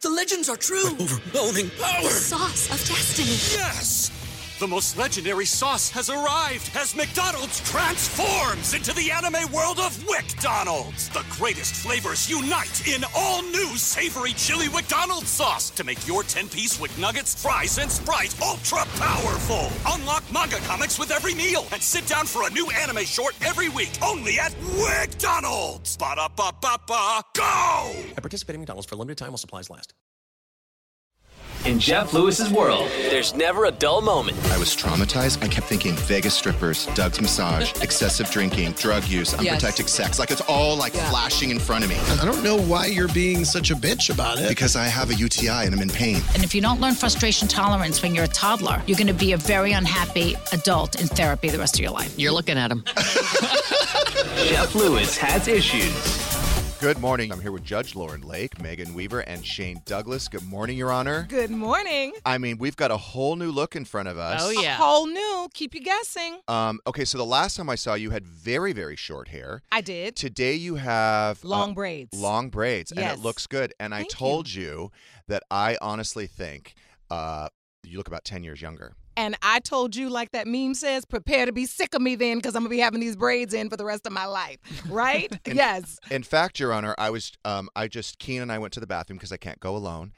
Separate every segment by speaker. Speaker 1: The legends are true.
Speaker 2: Overwhelming power!
Speaker 1: Sauce of destiny.
Speaker 2: Yes! The most legendary sauce has arrived as McDonald's transforms into the anime world of WickDonald's. The greatest flavors unite in all new savory chili McDonald's sauce to make your 10-piece Wick Nuggets, fries, and Sprite ultra-powerful. Unlock manga comics with every meal and sit down for a new anime short every week only at WickDonald's. Ba-da-ba-ba-ba, go!
Speaker 3: At participating McDonald's for a limited time while supplies last.
Speaker 4: In Jeff Lewis's world, there's never a dull moment.
Speaker 5: I was traumatized. I kept thinking Vegas strippers, Doug's massage, excessive drinking, drug use, unprotected sex. Like it's all like flashing in front of me.
Speaker 6: I don't know why you're being such a bitch about it.
Speaker 5: Because I have a UTI and I'm in pain.
Speaker 7: And if you don't learn frustration tolerance when you're a toddler, you're going to be a very unhappy adult in therapy the rest of your life.
Speaker 8: You're looking at him.
Speaker 4: Jeff Lewis has issues.
Speaker 9: Good morning. I'm here with Judge Lauren Lake, Megan Weaver, and Shane Douglas. Good morning, Your Honor.
Speaker 10: Good morning.
Speaker 9: I mean, we've got a whole new look in front of us.
Speaker 8: Oh, yeah.
Speaker 10: A whole new. Keep you guessing.
Speaker 9: Um, okay, so the last time I saw you had very, very short hair.
Speaker 10: I did.
Speaker 9: Today you have uh,
Speaker 10: Long braids.
Speaker 9: Long braids, and
Speaker 10: Yes.
Speaker 9: it looks good. And I
Speaker 10: Thank you.
Speaker 9: told you. that I honestly think uh, you look about 10 years younger.
Speaker 10: And I told you, like that meme says, prepare to be sick of me then, because I'm gonna be having these braids in for the rest of my life, right? yes.
Speaker 9: In fact, Your Honor, I was um, I just Keen and I went to the bathroom because I can't go alone,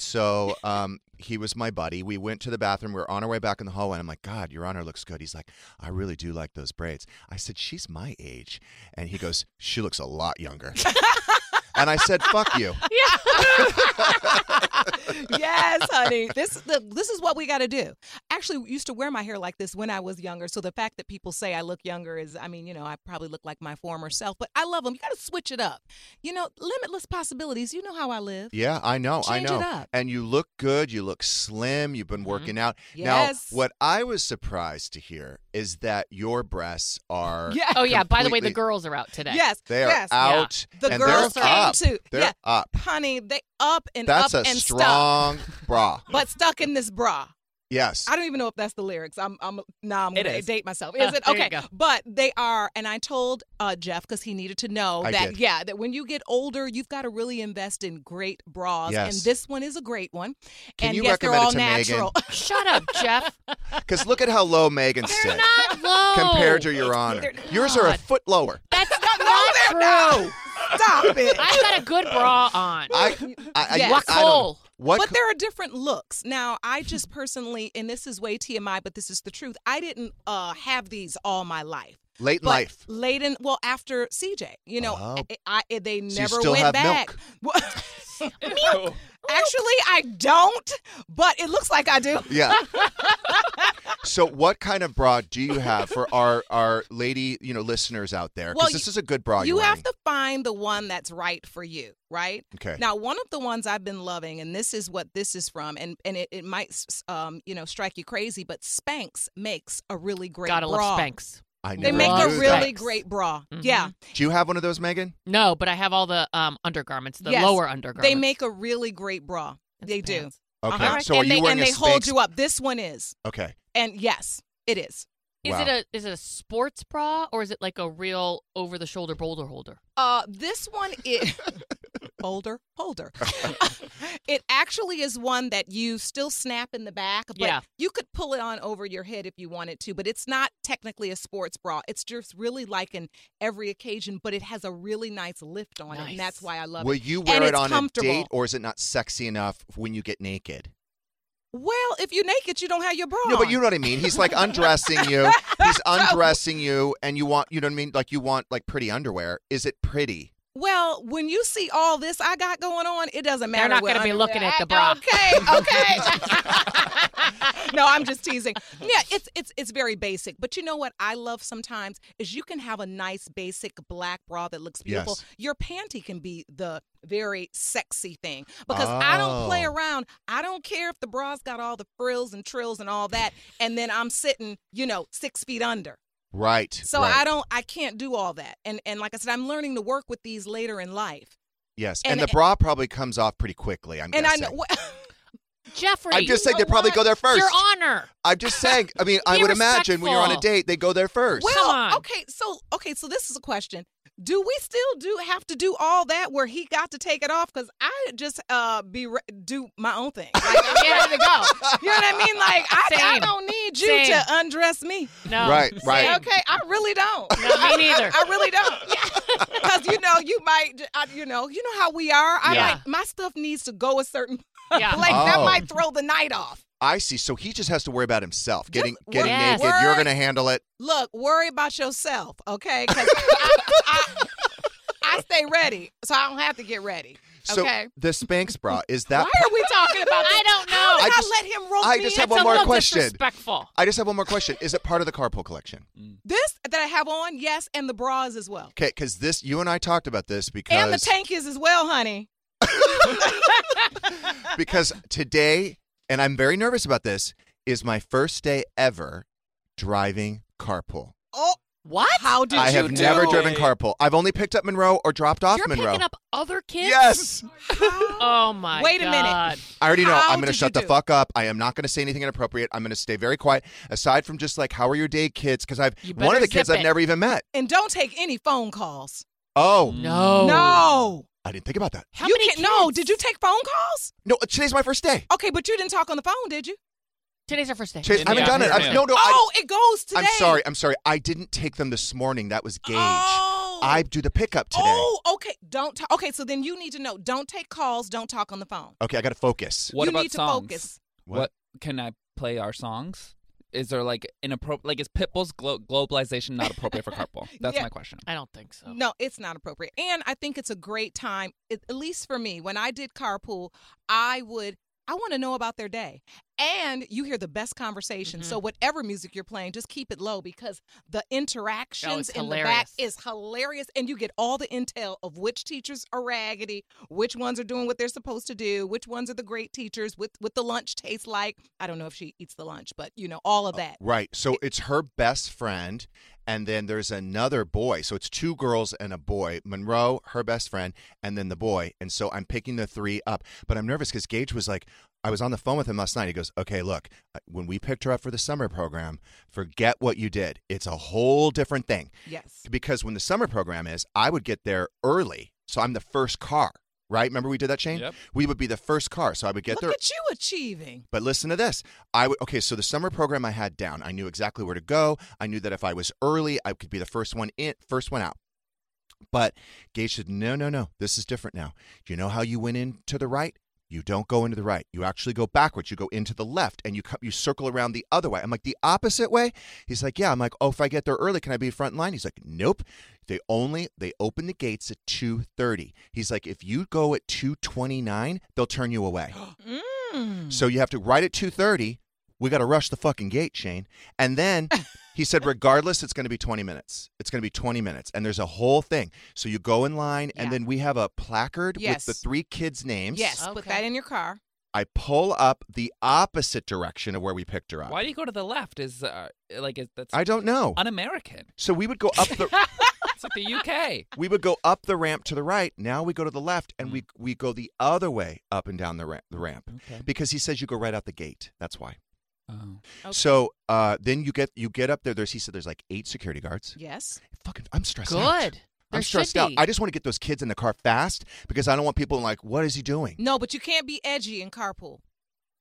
Speaker 9: so um, he was my buddy. We went to the bathroom. We were on our way back in the hallway, and I'm like, God, Your Honor looks good. He's like, I really do like those braids. I said, She's my age, and he goes, She looks a lot younger. and I said, Fuck you.
Speaker 10: yes, honey. This the, this is what we got to do. I actually used to wear my hair like this when I was younger. So the fact that people say I look younger is, I mean, you know, I probably look like my former self. But I love them. You got to switch it up. You know, limitless possibilities. You know how I live.
Speaker 9: Yeah, I know, I
Speaker 10: Change
Speaker 9: know.
Speaker 10: it up.
Speaker 9: And you look good. You look slim. You've
Speaker 8: Mm-hmm.
Speaker 9: been working out.
Speaker 10: Yes.
Speaker 9: Now, what I was surprised to hear is that your breasts are.
Speaker 10: Yeah.
Speaker 8: Oh, yeah. By the way, the
Speaker 9: completely-
Speaker 8: girls are out today.
Speaker 10: Yes.
Speaker 9: They are
Speaker 10: yes.
Speaker 9: out.
Speaker 10: The
Speaker 9: and
Speaker 10: girls
Speaker 9: they're
Speaker 10: came
Speaker 9: up.
Speaker 10: too.
Speaker 9: They're
Speaker 10: Yeah.
Speaker 9: up.
Speaker 10: Honey, they up and
Speaker 9: That's
Speaker 10: up
Speaker 9: a
Speaker 10: and stuck.
Speaker 9: strong bra.
Speaker 10: But stuck in this bra.
Speaker 9: Yes.
Speaker 10: I don't even know if that's the lyrics. I'm, I'm, nah, I'm
Speaker 8: It
Speaker 10: gonna
Speaker 8: is.
Speaker 10: date myself.
Speaker 8: Uh,
Speaker 10: Is it
Speaker 8: there you
Speaker 10: okay?
Speaker 8: go.
Speaker 10: But they are, and I told uh, Jeff because he needed to know
Speaker 9: I
Speaker 10: that,
Speaker 9: did.
Speaker 10: yeah, that when you get older, you've got to really invest in great bras,
Speaker 9: Yes.
Speaker 10: and this one is a great one.
Speaker 9: Can
Speaker 10: and
Speaker 9: you
Speaker 10: yes, they're
Speaker 9: recommend it
Speaker 10: all
Speaker 9: to Megan?
Speaker 10: natural.
Speaker 8: Shut up, Jeff.
Speaker 9: Because look at how low Megan's
Speaker 8: They're
Speaker 9: sit
Speaker 8: not low.
Speaker 9: compared to your honor. Yours are a
Speaker 8: not.
Speaker 9: foot lower.
Speaker 8: That's not, not true.
Speaker 10: Stop it.
Speaker 8: I've got a good bra on.
Speaker 9: I, I, I,
Speaker 10: Yes.
Speaker 9: I don't,
Speaker 8: Wacol.
Speaker 9: what?
Speaker 10: But
Speaker 9: co-
Speaker 10: there are different looks. Now, I just personally, and this is way TMI, but this is the truth. I didn't uh, have these all my life.
Speaker 9: late in
Speaker 10: But
Speaker 9: life.
Speaker 10: late in, well, after CJ, you know,
Speaker 9: Oh.
Speaker 10: I, I- they never
Speaker 9: So you still
Speaker 10: went
Speaker 9: have
Speaker 10: back. Well, Actually, I don't, but it looks like I do.
Speaker 9: Yeah. so, what kind of bra do you have for our our lady, you know, listeners out there? Because
Speaker 10: Well,
Speaker 9: this
Speaker 10: you-
Speaker 9: is a good bra.
Speaker 10: you
Speaker 9: you're
Speaker 10: have
Speaker 9: wearing.
Speaker 10: to find the one that's right for you, right?
Speaker 9: Okay.
Speaker 10: Now, one of the ones I've been loving, and this is what this is from, and and it, it might, s- um, you know, strike you crazy, but Spanx makes a really great
Speaker 8: Gotta
Speaker 10: bra.
Speaker 8: love Spanx.
Speaker 9: I
Speaker 10: They
Speaker 9: never
Speaker 10: make a
Speaker 9: knew
Speaker 8: Love
Speaker 10: really
Speaker 9: that.
Speaker 8: Spanx.
Speaker 10: great bra.
Speaker 8: Mhm.
Speaker 10: Yeah.
Speaker 9: Do you have one of those, Megan?
Speaker 8: No, but I have all the um, undergarments, the
Speaker 10: Yes.
Speaker 8: lower undergarments.
Speaker 10: They make a really great bra.
Speaker 8: It's
Speaker 10: they do.
Speaker 8: pants.
Speaker 9: Okay.
Speaker 10: Uh-huh.
Speaker 9: So, are
Speaker 10: and
Speaker 9: you
Speaker 10: they,
Speaker 9: wearing
Speaker 10: and
Speaker 9: a
Speaker 10: they hold
Speaker 9: Spanx-
Speaker 10: you up. This one is.
Speaker 9: Okay.
Speaker 10: And yes, it is.
Speaker 8: Is
Speaker 9: Wow.
Speaker 8: it a is it a sports bra or is it like a real over the shoulder boulder holder?
Speaker 10: Uh, this one is bolder, holder. it actually is one that you still snap in the back, but
Speaker 8: Yeah.
Speaker 10: you could pull it on over your head if you wanted to. But it's not technically a sports bra. It's just really like an every occasion, but it has a really nice lift on it,
Speaker 8: Nice.
Speaker 10: and that's why I love
Speaker 9: Will
Speaker 10: it.
Speaker 9: you
Speaker 10: And
Speaker 9: wear it
Speaker 10: it's
Speaker 9: on a
Speaker 10: comfortable.
Speaker 9: date, or is it not sexy enough when you get naked?
Speaker 10: Well, if you're naked, you don't have your bra.
Speaker 9: No, but
Speaker 10: on.
Speaker 9: you know what I mean. He's like undressing you. He's undressing you, and you want, you know what I mean? Like you want like pretty underwear. Is it pretty?
Speaker 10: Well, when you see all this I got going on, it doesn't matter.
Speaker 8: They're not
Speaker 10: what
Speaker 8: going to be
Speaker 10: underwear
Speaker 8: looking
Speaker 10: I-
Speaker 8: at the bra.
Speaker 10: Okay, okay. no, I'm just teasing. Yeah, it's it's it's very basic. But you know what I love sometimes is you can have a nice basic black bra that looks beautiful.
Speaker 9: Yes.
Speaker 10: Your panty can be the very sexy thing because I don't play
Speaker 9: Oh.
Speaker 10: around. I don't care if the bra's got all the frills and trills and all that, and then I'm sitting, you know, six feet under.
Speaker 9: Right.
Speaker 10: So
Speaker 9: right.
Speaker 10: I don't, I can't do all that. And and like I said, I'm learning to work with these later in life.
Speaker 9: Yes, and,
Speaker 10: and-
Speaker 9: the bra probably comes off pretty quickly. I'm
Speaker 10: and
Speaker 9: guessing.
Speaker 10: I know what. Jeffrey,
Speaker 9: I'm just saying they probably go there first.
Speaker 10: Your honor.
Speaker 9: I'm just saying. I mean, I
Speaker 10: Be
Speaker 9: would imagine when you're on a
Speaker 10: respectful.
Speaker 9: date, they go there first.
Speaker 10: Well, okay, so okay, so this is a question. Do we still do have to do all that where he got to take it off? Because I just uh be re- do my own thing. Like, I'm ready to go. You know what I mean? Like I, I
Speaker 8: Same.
Speaker 10: don't need you
Speaker 8: Same.
Speaker 10: to undress me.
Speaker 8: No.
Speaker 9: Right, right.
Speaker 10: Okay, I really don't.
Speaker 8: No, me neither.
Speaker 10: I really don't. Because you know, you might, I, you know, you know how we are. I
Speaker 9: Yeah.
Speaker 10: like my stuff needs to go a certain
Speaker 9: Yeah.
Speaker 10: place. That
Speaker 9: Oh.
Speaker 10: might throw the night off.
Speaker 9: I see. So he just has to worry about himself getting getting
Speaker 10: worry-
Speaker 9: naked. You're going to handle it.
Speaker 10: Look, worry about yourself, okay? Because I, I, I stay ready, so I don't have to get ready.
Speaker 9: So
Speaker 10: okay.
Speaker 9: the Spanx bra is
Speaker 10: Why
Speaker 9: that?
Speaker 10: are we talking about this?
Speaker 8: I don't know.
Speaker 10: How did I,
Speaker 9: I just-
Speaker 10: let him rope
Speaker 9: I
Speaker 10: me
Speaker 9: just
Speaker 10: in?
Speaker 9: have one more question.
Speaker 8: Disrespectful.
Speaker 9: I just have one more question. Is it part of the carpool collection?
Speaker 10: This that I have on, yes, and the bras as well.
Speaker 9: Okay, because this you and I talked about this because
Speaker 10: And the tank is as well, honey.
Speaker 9: because today, and I'm very nervous about this, is my first day ever driving carpool.
Speaker 10: Oh,
Speaker 8: what?
Speaker 10: How did
Speaker 9: I
Speaker 10: you
Speaker 9: have
Speaker 10: do
Speaker 9: never
Speaker 10: it?
Speaker 9: driven carpool. I've only picked up Monroe or dropped off
Speaker 8: You're
Speaker 9: Monroe.
Speaker 8: picking up other kids?
Speaker 9: Yes.
Speaker 8: oh, my
Speaker 10: Wait a minute.
Speaker 8: God.
Speaker 9: I already know.
Speaker 10: How
Speaker 9: I'm going to
Speaker 10: did
Speaker 9: shut the
Speaker 10: you do it?
Speaker 9: fuck up. I am not going to say anything inappropriate. I'm going to stay very quiet. Aside from just like, how are your day, kids? Because I've
Speaker 10: You
Speaker 9: one of
Speaker 10: better
Speaker 9: the kids
Speaker 10: zip
Speaker 9: I've
Speaker 10: it.
Speaker 9: never even met.
Speaker 10: And don't take any phone calls.
Speaker 9: Oh
Speaker 10: Mm.
Speaker 8: No.
Speaker 10: No.
Speaker 9: I didn't think about that.
Speaker 10: you can't. No, did you take phone calls?
Speaker 9: No, today's my first day.
Speaker 10: Okay, but you didn't talk on the phone, did you?
Speaker 8: Today's our first day.
Speaker 9: Today's- I haven't done it. I've- no, no.
Speaker 10: Oh, it goes
Speaker 9: I,
Speaker 10: today.
Speaker 9: am sorry. I'm sorry. I didn't take them this morning. That was Gage.
Speaker 10: Oh.
Speaker 9: I do the pickup today.
Speaker 10: Oh, okay. Don't talk. Okay, so then you need to know. Don't take calls. Don't talk on the phone.
Speaker 9: Okay, I got to focus.
Speaker 11: What
Speaker 10: You
Speaker 11: about
Speaker 10: need to
Speaker 11: songs?
Speaker 10: focus.
Speaker 11: What? can I play our songs? Is there like inappropriate? Like is Pitbull's glo- globalization not appropriate for carpool? That's
Speaker 10: Yeah.
Speaker 11: my question.
Speaker 8: I don't think so.
Speaker 10: No, it's not appropriate. And I think it's a great time, at at least for me. When I did carpool, I would. I want to know about their day. And you hear the best conversation. So whatever music you're playing, just keep it low because the interactions in the back
Speaker 8: hilarious.
Speaker 10: is hilarious and you get all the intel of which teachers are raggedy, which ones are doing what they're supposed to do, which ones are the great teachers, with what the lunch tastes like. I don't know if she eats the lunch, but you know, all of that.
Speaker 9: Right. So it's her best friend, and then there's another boy. So it's two girls and a boy. Monroe, her best friend, and then the boy. And so I'm picking the three up. But I'm nervous because Gage was like, I was on the phone with him last night. He goes, Okay, look, uh, when we picked her up for the summer program, forget what you did. It's a whole different thing.
Speaker 10: Yes.
Speaker 9: Because when the summer program is, I would get there early. So I'm the first car, right? Remember we did that, Shane?
Speaker 10: Yep.
Speaker 9: We would be the first car. So I would get
Speaker 10: Look
Speaker 9: there.
Speaker 10: at you achieving.
Speaker 9: But listen to this. I would okay. So the summer program I had down. I knew exactly where to go. I knew that if I was early, I could be the first one in, first one out. But Gage said, "No, no, no. This is different now. You know how you went in to the right? You don't go into the right. You actually go backwards. You go into the left, and you co- you circle around the other way." I'm like, "The opposite way?" He's like, "Yeah." I'm like, "Oh, if I get there early, can I be front in line?" He's like, "Nope. They only they open the gates at 2:30." He's like, "If you go at 2:29, they'll turn you away." So you have to right at 2:30. We got to rush the fucking gate, Shane. And then he said regardless it's going to be 20 minutes. It's going to be 20 minutes and there's a whole thing. So you go in line and then we have a placard with
Speaker 10: Yes.
Speaker 9: the three kids' names.
Speaker 10: Yes, put that in your car.
Speaker 9: I pull up the opposite direction of where we picked her up.
Speaker 11: Why do you go to the left? Is uh, like is, that's
Speaker 9: I don't know.
Speaker 11: un-American.
Speaker 9: So we would go up the
Speaker 11: It's like the UK.
Speaker 9: we would go up the ramp to the right. Now we go to the left and we we go the other way up and down the, ra- the ramp
Speaker 11: Mm. Okay.
Speaker 9: because he says you go right out the gate. That's why.
Speaker 11: Oh.
Speaker 9: So uh, then you get you get up there. There's he said there's like eight security guards.
Speaker 10: Yes.
Speaker 9: Fucking, I'm stressed out.
Speaker 8: Good. There
Speaker 9: I'm stressed
Speaker 8: should
Speaker 9: out.
Speaker 8: be.
Speaker 9: I just want to get those kids in the car fast because I don't want people like, what is he doing?
Speaker 10: No, but you can't be edgy in carpool.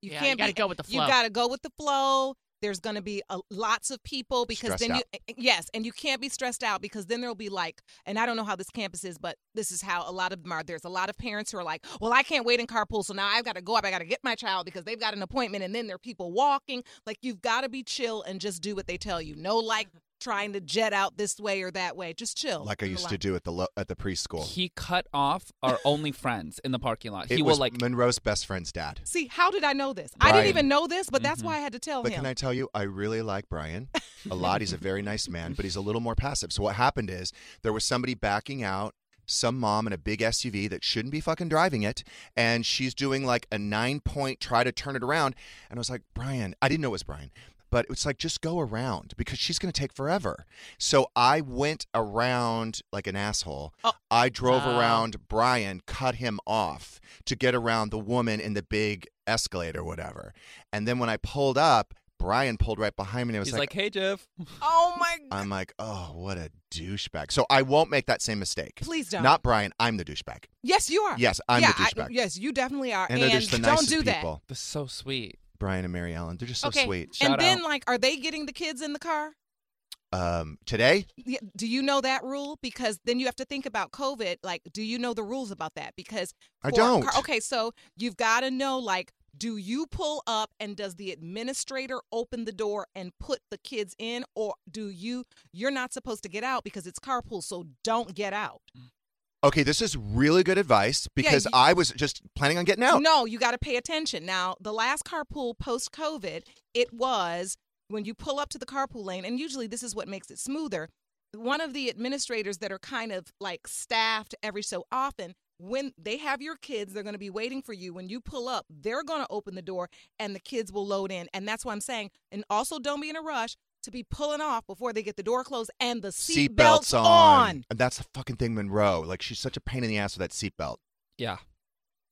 Speaker 10: You
Speaker 8: Yeah, you
Speaker 10: can't
Speaker 8: gotta
Speaker 10: be,
Speaker 8: go with the
Speaker 10: You
Speaker 8: flow.
Speaker 10: got to go with the flow. There's going to be a, lots of people because
Speaker 9: Stressed
Speaker 10: then you yes, and you can't be stressed out because then there'll be like, and I don't know how this campus is, but this is how a lot of them are. There's a lot of parents who are like, well, I can't wait in carpool, so now I've got to go up, I got to get my child because they've got an appointment, and then there are people walking. Like you've got to be chill and just do what they tell you. No, like trying to jet out this way or that way. Just chill.
Speaker 9: like I
Speaker 10: in the
Speaker 9: used to
Speaker 10: line.
Speaker 9: do at the lo- at the preschool.
Speaker 11: Oh, He cut off our only friends in the parking lot.
Speaker 9: it
Speaker 11: he
Speaker 9: was
Speaker 11: will like
Speaker 9: Monroe's best friend's dad.
Speaker 10: See, how did I know this? I
Speaker 9: Right. Mm-hmm.
Speaker 10: didn't even know this, but that's why I had to
Speaker 11: Oh,
Speaker 10: tell
Speaker 9: But
Speaker 10: him.
Speaker 9: can I tell you, I really like Brian a lot. He's a very nice man, but he's a little more passive. So what happened is there was somebody backing out, some mom in a big SUV that shouldn't be fucking driving it, and she's doing like a nine point try to turn it around. And I was like, Brian, I didn't know it was Brian. But it's like just go around because she's going to take forever. So I went around like an asshole. I drove
Speaker 12: Oh.
Speaker 9: around Brian, cut him off to get around the woman in the big Escalator, or whatever. And then when I pulled up, Brian pulled right behind me and I was
Speaker 11: he's like, "Hey, Jeff."
Speaker 10: Oh my!
Speaker 9: I'm like, oh, what a douchebag. So I won't make that same mistake.
Speaker 10: Please don't.
Speaker 9: Not Brian. I'm the douchebag.
Speaker 10: yes, you are.
Speaker 9: Yes, I'm
Speaker 10: yeah,
Speaker 9: the douchebag.
Speaker 10: I, yes, you definitely are.
Speaker 9: And
Speaker 10: And,
Speaker 9: they're just the
Speaker 10: don't
Speaker 9: nicest
Speaker 10: do that.
Speaker 9: people.
Speaker 11: That's so sweet.
Speaker 9: Brian and Mary Ellen. They're just so
Speaker 10: okay.
Speaker 9: sweet.
Speaker 10: and then, like, are they getting the kids in the car?
Speaker 9: um, today,
Speaker 10: Yeah, do you know that rule? Because then you have to think about COVID. Like, do you know the rules about that? Because
Speaker 9: I
Speaker 10: for
Speaker 9: don't.
Speaker 10: car- okay, so you've got to know like. Do you pull up and does the administrator open the door and put the kids in or do you you're not supposed to get out because it's carpool so don't get out.
Speaker 9: okay, this is really good advice because
Speaker 10: you-
Speaker 9: I was just planning on getting out.
Speaker 10: No, you got to pay attention. Now, the last carpool post COVID, it was when you pull up to the carpool lane, and usually this is what makes it smoother. One of the administrators that are kind of like staffed every so often, when they have your kids, they're going to be waiting for you. When you pull up, they're going to open the door and the kids will load in. And that's why I'm saying, and also don't be in a rush to be pulling off before they get the door closed and the seatbelts
Speaker 9: Seatbelts
Speaker 10: on.
Speaker 9: on. And that's the fucking thing, Monroe. Like, she's such a pain in the ass with that seatbelt.
Speaker 11: Yeah,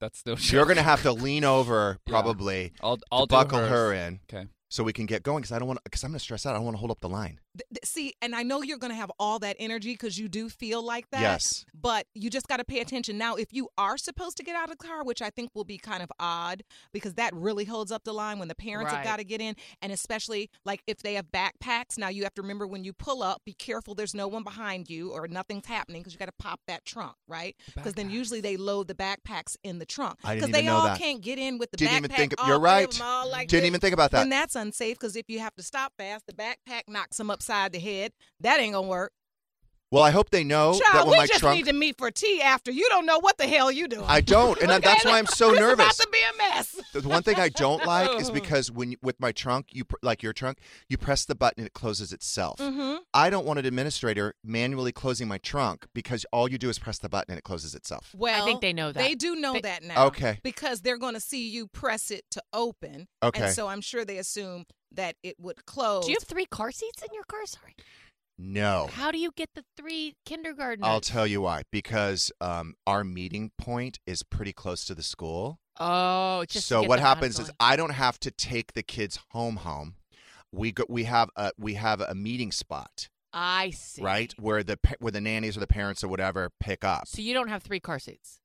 Speaker 11: that's still.
Speaker 9: You're going to have to lean over, probably.
Speaker 11: I'll,
Speaker 9: to
Speaker 11: I'll do
Speaker 9: buckle
Speaker 11: hers.
Speaker 9: her in.
Speaker 11: Okay.
Speaker 9: So we can get going because I don't want because I'm going to stress out. I don't want to hold up the line.
Speaker 10: Th- th- See, and I know you're going to have all that energy because you do feel like that.
Speaker 9: Yes.
Speaker 10: But you just got to pay attention. Now, if you are supposed to get out of the car, which I think will be kind of odd because that really holds up the line when the parents
Speaker 13: Right.
Speaker 10: have got to get in. And especially like if they have backpacks. Now, you have to remember when you pull up, be careful there's no one behind you or nothing's happening because you got to pop that trunk, right? Because then usually they load the backpacks in the trunk.
Speaker 9: I didn't
Speaker 10: Because
Speaker 9: even
Speaker 10: they
Speaker 9: know
Speaker 10: all
Speaker 9: that.
Speaker 10: can't get in with the
Speaker 9: Didn't
Speaker 10: backpack.
Speaker 9: even think-
Speaker 10: all
Speaker 9: you're
Speaker 10: three
Speaker 9: right.
Speaker 10: of 'em all like
Speaker 9: Didn't
Speaker 10: this.
Speaker 9: even think about that.
Speaker 10: Then that's unsafe because if you have to stop fast, the backpack knocks them upside the head. That ain't gonna work.
Speaker 9: Well, I hope they know Oh, that
Speaker 10: Child,
Speaker 9: when
Speaker 10: we
Speaker 9: my
Speaker 10: just
Speaker 9: trunk.
Speaker 10: need to meet for tea after. You don't know what the hell you doing.
Speaker 9: I don't, and that's why I'm so
Speaker 10: this
Speaker 9: nervous.
Speaker 10: Is about to be a mess.
Speaker 9: the the one thing I don't like
Speaker 13: Oh.
Speaker 9: is because when you, with my trunk, you pr- like your trunk, you press the button and it closes itself.
Speaker 13: Mm-hmm.
Speaker 10: Mhm.
Speaker 9: I don't want an administrator manually closing my trunk because all you do is press the button and it closes itself.
Speaker 10: Well,
Speaker 13: think they know that.
Speaker 10: They do know that now.
Speaker 9: Okay.
Speaker 10: Because they're going to see you press it to open.
Speaker 9: Okay.
Speaker 10: And so I'm sure they assume that it would close.
Speaker 13: Do you have three car seats in your car? Sorry.
Speaker 9: No,
Speaker 13: How do you get the three kindergartners?
Speaker 9: Oh. I'll tell you why. Because um, our meeting point is pretty close to the school.
Speaker 13: Oh, it's just to
Speaker 9: so
Speaker 13: get
Speaker 9: what
Speaker 13: them out of
Speaker 9: happens is
Speaker 13: going.
Speaker 9: I don't have to take the kids home. Home, we go, we have a we have a meeting spot.
Speaker 13: I see.
Speaker 9: right where the pa- where the nannies or the parents or whatever pick up
Speaker 13: So you don't have three car seats.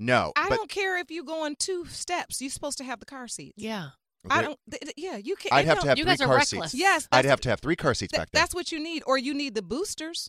Speaker 9: no
Speaker 10: I
Speaker 9: but
Speaker 10: don't care if you go on two steps. You're supposed to have the car seats.
Speaker 13: Yeah.
Speaker 10: I
Speaker 9: There-
Speaker 10: don't. Th- th- yeah, you can't.
Speaker 9: i'd have
Speaker 10: no,
Speaker 9: to have three car seats
Speaker 10: Yes,
Speaker 9: i'd
Speaker 10: that's-
Speaker 9: have to have three car seats
Speaker 10: Th-
Speaker 9: back there
Speaker 10: that's what you need, or you need the boosters.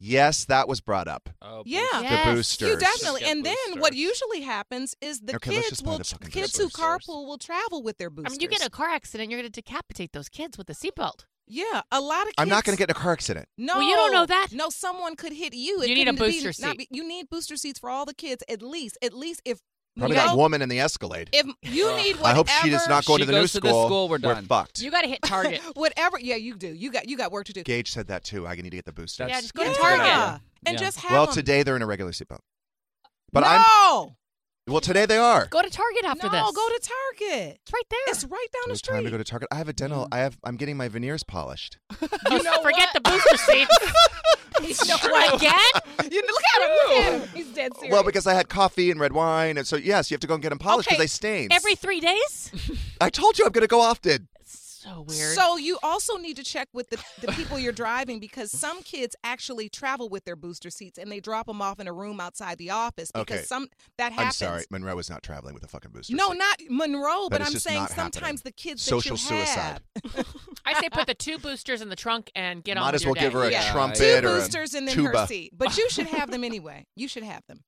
Speaker 9: yes that was brought up
Speaker 11: Oh,
Speaker 10: Yeah,
Speaker 9: the boosters
Speaker 10: You definitely. And then what usually happens is the
Speaker 9: Okay, let's
Speaker 10: kids
Speaker 9: just buy
Speaker 10: will
Speaker 9: the
Speaker 10: tr-
Speaker 9: fucking
Speaker 10: kids who carpool will travel with their
Speaker 13: I
Speaker 10: boosters.
Speaker 13: mean, you get a car accident, you're going to decapitate those kids with a seatbelt.
Speaker 10: yeah, a lot of. Kids,
Speaker 9: i'm not going to get in a car accident
Speaker 10: No,
Speaker 13: Well, you don't know that.
Speaker 10: No, someone could hit you. It
Speaker 13: You need a
Speaker 10: couldn't be-
Speaker 13: booster
Speaker 10: not
Speaker 13: seat.
Speaker 10: be- you need booster seats for all the kids, at least. At least if
Speaker 9: probably
Speaker 10: you
Speaker 9: that
Speaker 10: know,
Speaker 9: woman in the escalade
Speaker 10: If you need, whatever,
Speaker 9: i hope she does not go to
Speaker 11: She
Speaker 9: the new
Speaker 11: goes to this
Speaker 9: school
Speaker 11: school, we're done.
Speaker 9: fucked
Speaker 13: You got to hit Target.
Speaker 10: whatever. Yeah, you do. You got you got work to do.
Speaker 9: gage said that too i need to get the boosters
Speaker 13: yeah, just go to
Speaker 10: Yeah.
Speaker 13: Target.
Speaker 10: and just have
Speaker 9: well
Speaker 10: 'em.
Speaker 9: today they're in a regular seatbelt but i'm
Speaker 10: no,
Speaker 9: well today they are
Speaker 13: Go to Target after
Speaker 10: no,
Speaker 13: this.
Speaker 10: go to Target.
Speaker 13: It's right there.
Speaker 10: It's right down
Speaker 9: it
Speaker 10: the
Speaker 9: was time
Speaker 10: street. Mm.
Speaker 9: to go to target i have a dental i have i'm getting my veneers polished
Speaker 13: You forget the booster seats.
Speaker 10: He's no
Speaker 13: Again?
Speaker 10: You look at him. Look at him. He's dead serious.
Speaker 9: well because i had coffee and red wine and so yes you have to go and get them polished because
Speaker 10: Okay,
Speaker 9: they stain
Speaker 13: Every three days?
Speaker 9: I told you I'm going to go often.
Speaker 13: So weird.
Speaker 10: So you also need to check with the, the people you're driving because some kids actually travel with their booster seats and they drop them off in a room outside the office because
Speaker 9: Okay.
Speaker 10: some that
Speaker 9: I'm
Speaker 10: happens.
Speaker 9: sorry, Monroe was not traveling with a fucking booster.
Speaker 10: No,
Speaker 9: seat.
Speaker 10: not Monroe,
Speaker 9: That
Speaker 10: but
Speaker 9: is
Speaker 10: I'm
Speaker 9: just
Speaker 10: saying
Speaker 9: not
Speaker 10: sometimes
Speaker 9: happening.
Speaker 10: the kids
Speaker 9: Social
Speaker 10: that you have-
Speaker 9: suicide.
Speaker 13: I say put the two boosters in the trunk and get on
Speaker 9: Might
Speaker 13: with
Speaker 9: as
Speaker 13: your
Speaker 9: well give
Speaker 13: day.
Speaker 9: her a
Speaker 10: Yeah.
Speaker 9: trumpet
Speaker 10: Two
Speaker 9: or a
Speaker 10: boosters and then
Speaker 9: tuba.
Speaker 10: her seat, but you should have them anyway. You should have them.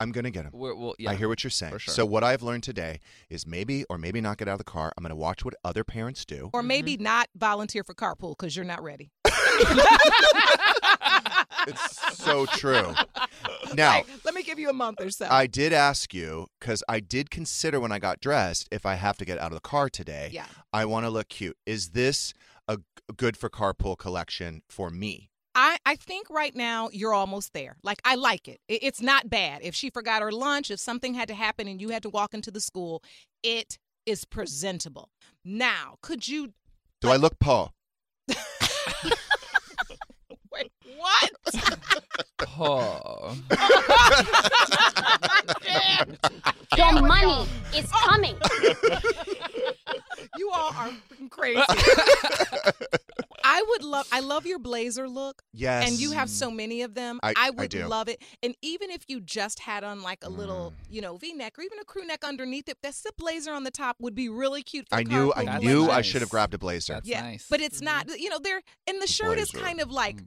Speaker 9: I'm going to get him.
Speaker 11: We're, well, yeah.
Speaker 9: I hear what you're saying.
Speaker 11: for sure.
Speaker 9: So what I've learned today is maybe or maybe not
Speaker 13: Mm-hmm.
Speaker 9: get out of the car. I'm going to watch what other parents do.
Speaker 10: Or maybe not volunteer for carpool because you're not ready.
Speaker 9: it's so true. Now,
Speaker 10: Like, let me give you a month or so.
Speaker 9: Oh. I did ask you because I did consider when I got dressed if I have to get out of the car today.
Speaker 10: Yeah.
Speaker 9: I want to look cute. Is this a g- good for carpool collection for me?
Speaker 10: I, I think right now you're almost there. Like, I like it. it. It's not bad. If she forgot her lunch, if something had to happen and you had to walk into the school, it is presentable. Now, could you
Speaker 9: Do I look Paul?
Speaker 10: wait? What?
Speaker 11: Paul.
Speaker 12: Your money is coming.
Speaker 10: Oh. you all are freaking crazy. I would love. I love your blazer look.
Speaker 9: Yes.
Speaker 10: And you have so many of them.
Speaker 9: I- I
Speaker 10: would
Speaker 9: do. Mm.
Speaker 10: love it. And even if you just had on like a little, you know, V-neck or even a crew neck underneath it, that's the blazer on the top would be really cute. For
Speaker 9: I knew.
Speaker 10: carpool
Speaker 9: I
Speaker 10: lunch.
Speaker 9: knew I should have grabbed a blazer.
Speaker 10: yeah, but it's not. You know, they're and the shirt is
Speaker 9: Blazer.
Speaker 10: kind of like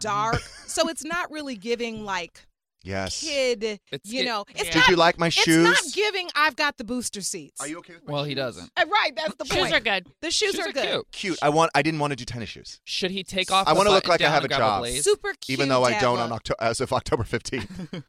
Speaker 10: dark, so it's not really giving like
Speaker 9: Yes.
Speaker 10: kid.
Speaker 9: It's
Speaker 10: you
Speaker 9: it-
Speaker 10: know, it's
Speaker 9: Did
Speaker 10: not-
Speaker 9: you like my
Speaker 10: It's
Speaker 9: shoes?
Speaker 10: not giving. I've got the booster seats. Are you okay?
Speaker 11: Well, he doesn't.
Speaker 10: Right, that's the
Speaker 13: Shoes
Speaker 10: point.
Speaker 13: are good.
Speaker 10: The shoes,
Speaker 11: Shoes
Speaker 10: are,
Speaker 11: are
Speaker 10: good.
Speaker 11: cute.
Speaker 9: Cute. I want. I didn't want to do tennis shoes.
Speaker 11: Should he take off?
Speaker 9: I
Speaker 11: want to
Speaker 9: look like I have a job.
Speaker 10: Super
Speaker 9: Even
Speaker 10: cute,
Speaker 9: though I don't
Speaker 10: Dad
Speaker 9: on
Speaker 10: look.
Speaker 9: Octo- as of October 15th.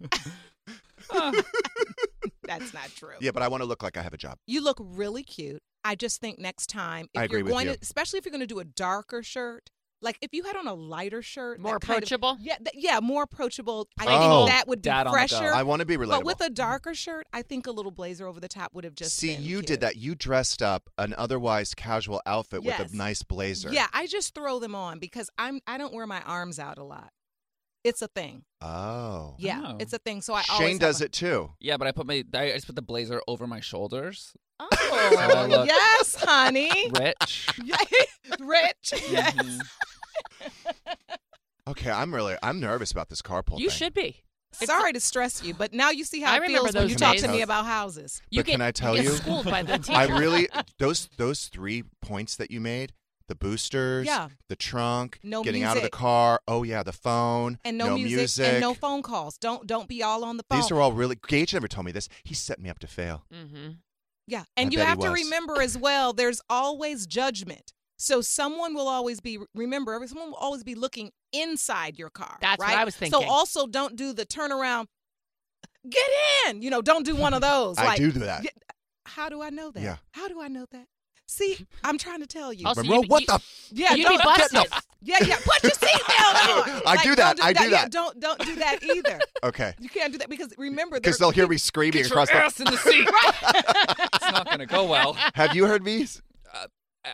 Speaker 10: That's not true.
Speaker 9: yeah, but I want to look like I have a job.
Speaker 10: You look really cute. I just think next time, if
Speaker 9: I agree
Speaker 10: you're
Speaker 9: with
Speaker 10: going
Speaker 9: you.
Speaker 10: to, especially if you're going to do a darker shirt, like if you had on a lighter shirt,
Speaker 13: More
Speaker 10: that kind of-
Speaker 13: approachable?
Speaker 10: yeah, that- yeah, more approachable. I
Speaker 9: Oh.
Speaker 10: think that would be
Speaker 9: Dad on the go.
Speaker 10: fresher.
Speaker 9: I wanna be
Speaker 10: But with
Speaker 9: relatable.
Speaker 10: a darker shirt, I think a little blazer over the top would have just
Speaker 9: See,
Speaker 10: been
Speaker 9: you
Speaker 10: cute.
Speaker 9: did that. You dressed up an otherwise casual outfit
Speaker 10: Yes.
Speaker 9: with a nice blazer.
Speaker 10: Yeah, I just throw them on because I'm I don't wear my arms out a lot. It's a thing.
Speaker 9: Oh.
Speaker 10: Yeah, it's a thing. So I always
Speaker 9: Shane
Speaker 10: have
Speaker 9: does
Speaker 10: a-
Speaker 9: it too.
Speaker 11: Yeah, but I put my I just put the blazer over my shoulders. I
Speaker 10: Oh,
Speaker 11: look-
Speaker 10: yes, honey.
Speaker 11: Rich. Mm-hmm.
Speaker 10: Rich. Yes.
Speaker 9: Okay, I'm really I'm nervous about this carpool
Speaker 10: You
Speaker 9: thing.
Speaker 10: should be. Sorry to stress you, but now you see how
Speaker 13: I
Speaker 10: it
Speaker 13: remember
Speaker 10: feels when
Speaker 13: those
Speaker 10: you talk to
Speaker 9: days.
Speaker 10: me about houses.
Speaker 9: but can I tell
Speaker 13: get
Speaker 9: you?
Speaker 13: schooled by the
Speaker 9: I
Speaker 13: teacher.
Speaker 9: really those those three points that you made, the boosters,
Speaker 10: Yeah.
Speaker 9: the trunk,
Speaker 10: No
Speaker 9: getting out of the
Speaker 10: music.
Speaker 9: car, oh yeah, the phone,
Speaker 10: And no, music, and no phone calls. Don't don't be all on the phone.
Speaker 9: These are all really Gage never told me this. He set me up to fail.
Speaker 10: Mm-hmm. Yeah, and
Speaker 9: I
Speaker 10: you
Speaker 9: bet he
Speaker 10: have to
Speaker 9: was.
Speaker 10: remember as well. There's always judgment. So someone will always be remember. Someone will always be looking inside your car.
Speaker 13: That's what
Speaker 10: right?
Speaker 13: I was
Speaker 10: So
Speaker 13: thinking.
Speaker 10: also don't do the turnaround. Get in. You know, don't do one of those.
Speaker 9: I
Speaker 10: like,
Speaker 9: do do that.
Speaker 10: y- How do I know that?
Speaker 9: Yeah.
Speaker 10: How do I know that? See, I'm trying to tell you.
Speaker 9: Also, Monroe, you'd be- what you- the f-
Speaker 10: Yeah,
Speaker 9: you'd
Speaker 10: don't
Speaker 9: be busted.
Speaker 10: Get the f- Yeah, yeah. Put your seatbelt on.
Speaker 9: I do that.
Speaker 10: don't
Speaker 9: I do
Speaker 10: Yeah,
Speaker 9: that.
Speaker 10: don't don't do that either.
Speaker 9: Okay.
Speaker 10: You can't do that because remember
Speaker 9: Because
Speaker 10: they're-
Speaker 9: they'll hear me screaming
Speaker 11: Get your
Speaker 9: across
Speaker 11: ass
Speaker 9: the
Speaker 11: in the seat. it's not gonna go well. Uh,
Speaker 9: Have you heard me?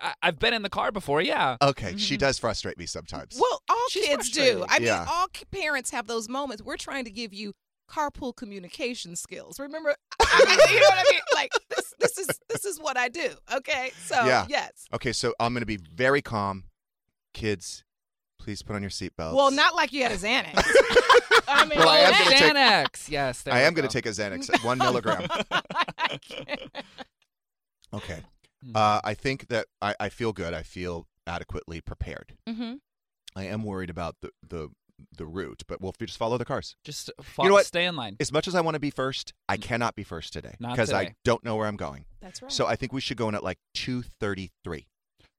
Speaker 11: I, I've been in the car before. Yeah. Mm-hmm.
Speaker 9: Okay, she does frustrate me sometimes.
Speaker 10: Well, all kids do.
Speaker 9: frustrated.
Speaker 10: I mean,
Speaker 9: Yeah.
Speaker 10: all k- parents have those moments. We're trying to give you carpool communication skills. Remember, I mean, you know what I mean? Like this, this is this is what I do. Okay, so
Speaker 9: yeah.
Speaker 10: yes.
Speaker 9: Okay, so I'm going to be very calm. Kids, please put on your seatbelts.
Speaker 10: Well, not like you had a Xanax. I mean,
Speaker 9: Well, I am gonna take-
Speaker 11: Xanax. Yes. There
Speaker 9: I
Speaker 11: we
Speaker 9: am going
Speaker 11: go.
Speaker 9: to take a Xanax at one milligram. okay.
Speaker 11: Hmm.
Speaker 9: Uh, I think that I, I feel good. I feel adequately prepared.
Speaker 10: Mhm.
Speaker 9: I am worried about the, the, the route, but we'll just follow the cars.
Speaker 11: Just uh,
Speaker 9: you know what?
Speaker 11: stay in line.
Speaker 9: As much as I want to be first, I cannot be first today
Speaker 11: Mm. Not
Speaker 9: because I
Speaker 11: today.
Speaker 9: don't know where I'm going.
Speaker 10: That's
Speaker 9: So I think we should go in at like 2:33.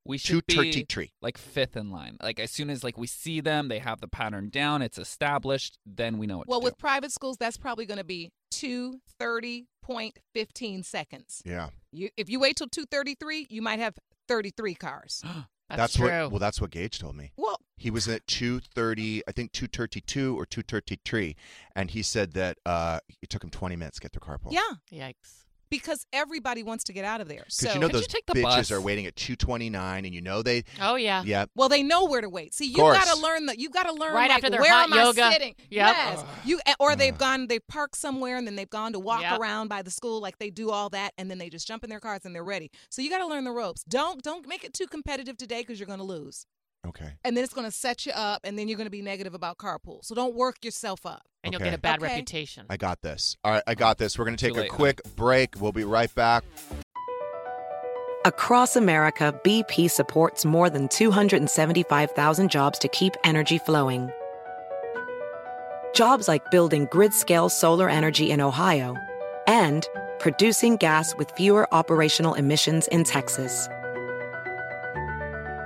Speaker 11: We should
Speaker 9: Two turkey
Speaker 11: be
Speaker 9: tree.
Speaker 11: like fifth in line. Like as soon as like we see them, they have the pattern down. It's established. Then we know what.
Speaker 10: well,
Speaker 11: to
Speaker 10: with private schools, that's probably going to be two thirty point fifteen seconds.
Speaker 9: Yeah.
Speaker 10: You, if you wait till two thirty three, you might have thirty three cars.
Speaker 9: what well that's what Gage told me.
Speaker 10: Well,
Speaker 9: He was at 2:30, I think 2:32 or 2:33 and he said that uh it took him 20 minutes to get through carpool.
Speaker 10: yeah.
Speaker 13: Yikes.
Speaker 10: Because everybody wants to get out of there.
Speaker 9: Cuz
Speaker 10: So
Speaker 9: you know those bitches are waiting at 2:29 and you know they
Speaker 13: Oh yeah.
Speaker 9: Yeah.
Speaker 10: Well, they know where to wait. See, you
Speaker 9: Course.
Speaker 10: gotta learn that. You gotta learn
Speaker 13: Right
Speaker 10: like,
Speaker 13: after their
Speaker 10: where
Speaker 13: hot
Speaker 10: am I
Speaker 13: yoga.
Speaker 10: sitting?
Speaker 13: Yep.
Speaker 10: Yes.
Speaker 13: Ugh.
Speaker 10: You eh, or they've gone. They park somewhere and then they've gone to walk
Speaker 13: Yep.
Speaker 10: around by the school. Like they do all that, and then they just jump in their cars and they're ready. So you gotta learn the ropes. Don't don't make it too competitive today because you're gonna lose,
Speaker 9: Okay.
Speaker 10: and then it's gonna set you up, and then you're gonna be negative about carpool. So don't work yourself up.
Speaker 13: And you'll
Speaker 9: Okay.
Speaker 13: get a bad
Speaker 10: Okay.
Speaker 13: reputation.
Speaker 9: I got this. All right, I got this. We're going to
Speaker 11: Too
Speaker 9: take a
Speaker 11: late.
Speaker 9: quick break. We'll be right back.
Speaker 14: Across America, BP supports more than 275,000 jobs to keep energy flowing. Jobs like building grid scale solar energy in Ohio and producing gas with fewer operational emissions in Texas.